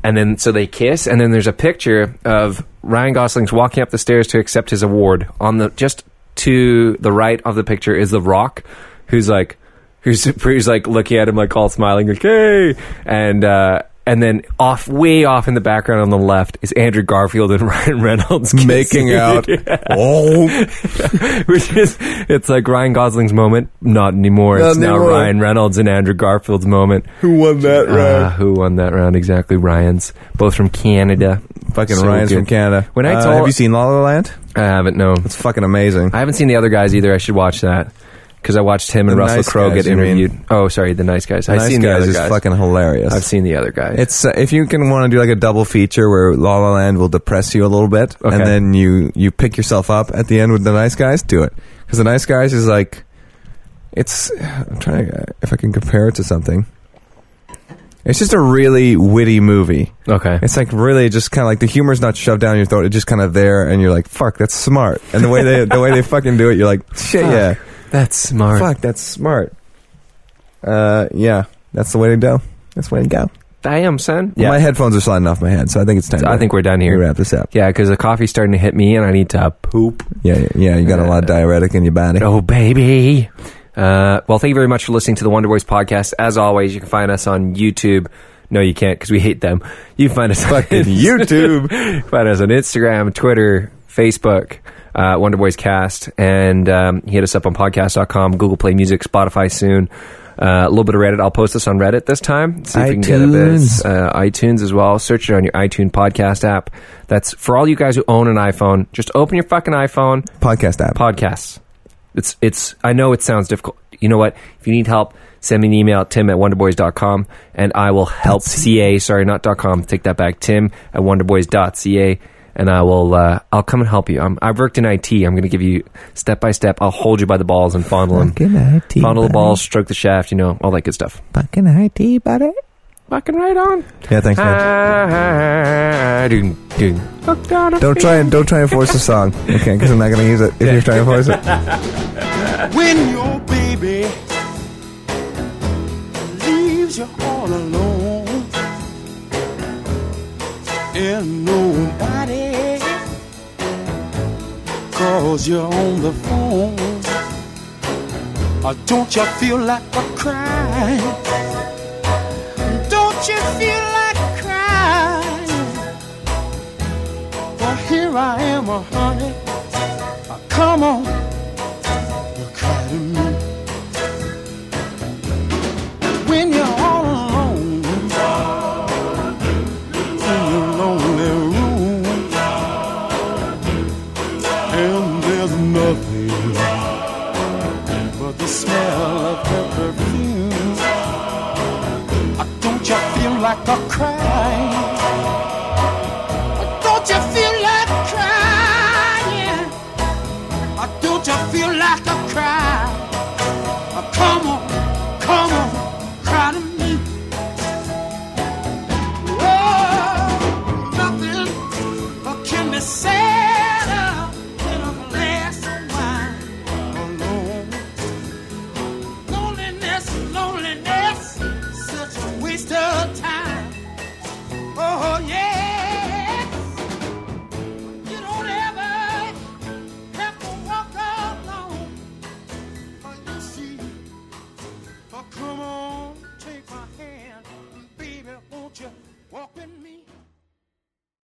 A: And then so they kiss, and then there's a picture of Ryan Gosling's walking up the stairs to accept his award. On the just to the right of the picture is The Rock, who's like, who's who's like looking at him like all smiling, like hey, and. uh and then off, way off in the background on the left is Andrew Garfield and Ryan Reynolds
B: Making
A: kissing.
B: out. Oh,
A: Which is, it's like Ryan Gosling's moment, not anymore.
B: Not
A: it's now
B: anymore.
A: Ryan Reynolds and Andrew Garfield's moment.
B: who won that
A: Uh, who won that round exactly? Ryan's, both from Canada.
B: Fucking
A: so
B: Ryan's
A: good.
B: from Canada.
A: When I
B: Uh,
A: told-
B: have you seen La La Land?
A: I haven't no.
B: It's fucking amazing.
A: I haven't seen the other guys either. I should watch that because I watched him and
B: The
A: Russell
B: nice
A: Crowe
B: guys,
A: get
B: you mean?
A: interviewed. Oh, sorry, the nice guys. I've
B: nice
A: seen the
B: guys
A: other
B: is
A: guys.
B: fucking hilarious.
A: I've seen the other guys.
B: It's uh, if you can want to do like a double feature where La La Land will depress you a little bit,
A: Okay.
B: and then you you pick yourself up at the end with the Nice Guys. Do it because the Nice Guys is like it's. I'm trying to if I can compare it to something. It's just a really witty movie.
A: okay.
B: It's like really just kind of like the humor's not shoved down your throat. It's just kind of there, and you're like, "Fuck, that's smart." And the way they the way they fucking do it, you're like, "Shit, yeah."
A: That's smart.
B: Fuck, that's smart. Uh, yeah, that's the way to go. That's the way to go.
A: Damn, son.
B: My headphones are sliding off my head, so I think it's time.
A: I
B: to-
A: think we're done
B: we
A: here.
B: wrap this up.
A: Yeah, because the coffee's starting to hit me, and I need to poop.
B: Yeah, yeah, yeah, you got a lot of diuretic in your body.
A: Oh, baby. Uh, well, thank you very much for listening to the Wonder Boys podcast. As always, you can find us on YouTube. No, you can't because we hate them. You can find us
B: Fucking
A: on
B: YouTube.
A: find us on Instagram, Twitter, Facebook, uh, Wonder Boys Cast, and um, hit us up on podcast.com, Google Play Music, Spotify soon. Uh, a little bit of Reddit. I'll post this on Reddit this time. See if we can get a bit
B: iTunes.
A: uh, iTunes as well. Search it on your iTunes podcast app. That's for all you guys who own an iPhone. Just open your fucking iPhone,
B: Podcast app.
A: podcasts. It's it's I know it sounds difficult. You know what? If you need help, send me an email at tim at wonderboys.com and I will help ca sorry not dot com take that back tim at wonderboys.ca and I will uh, I'll come and help you. i I've worked in IT. I'm going to give you step by step. I'll hold you by the balls and fondle them.
B: Fucking IT.
A: Fondle the
B: buddy.
A: balls, stroke the shaft, you know, all that good stuff.
B: Fucking IT, buddy.
A: Fucking right on.
B: Yeah, thanks, man.
A: Ah, ding, ding. Oh, God, I
B: Don't
A: feel-
B: try and don't try and force the song, okay? Because I'm not gonna use it if you're trying to force it.
D: when your baby leaves you all alone and nobody calls you on the phone. Uh, don't you feel like a cry? Don't you feel like a cry? Well, here I am, uh, honey. Uh, come on. Oh, Oh,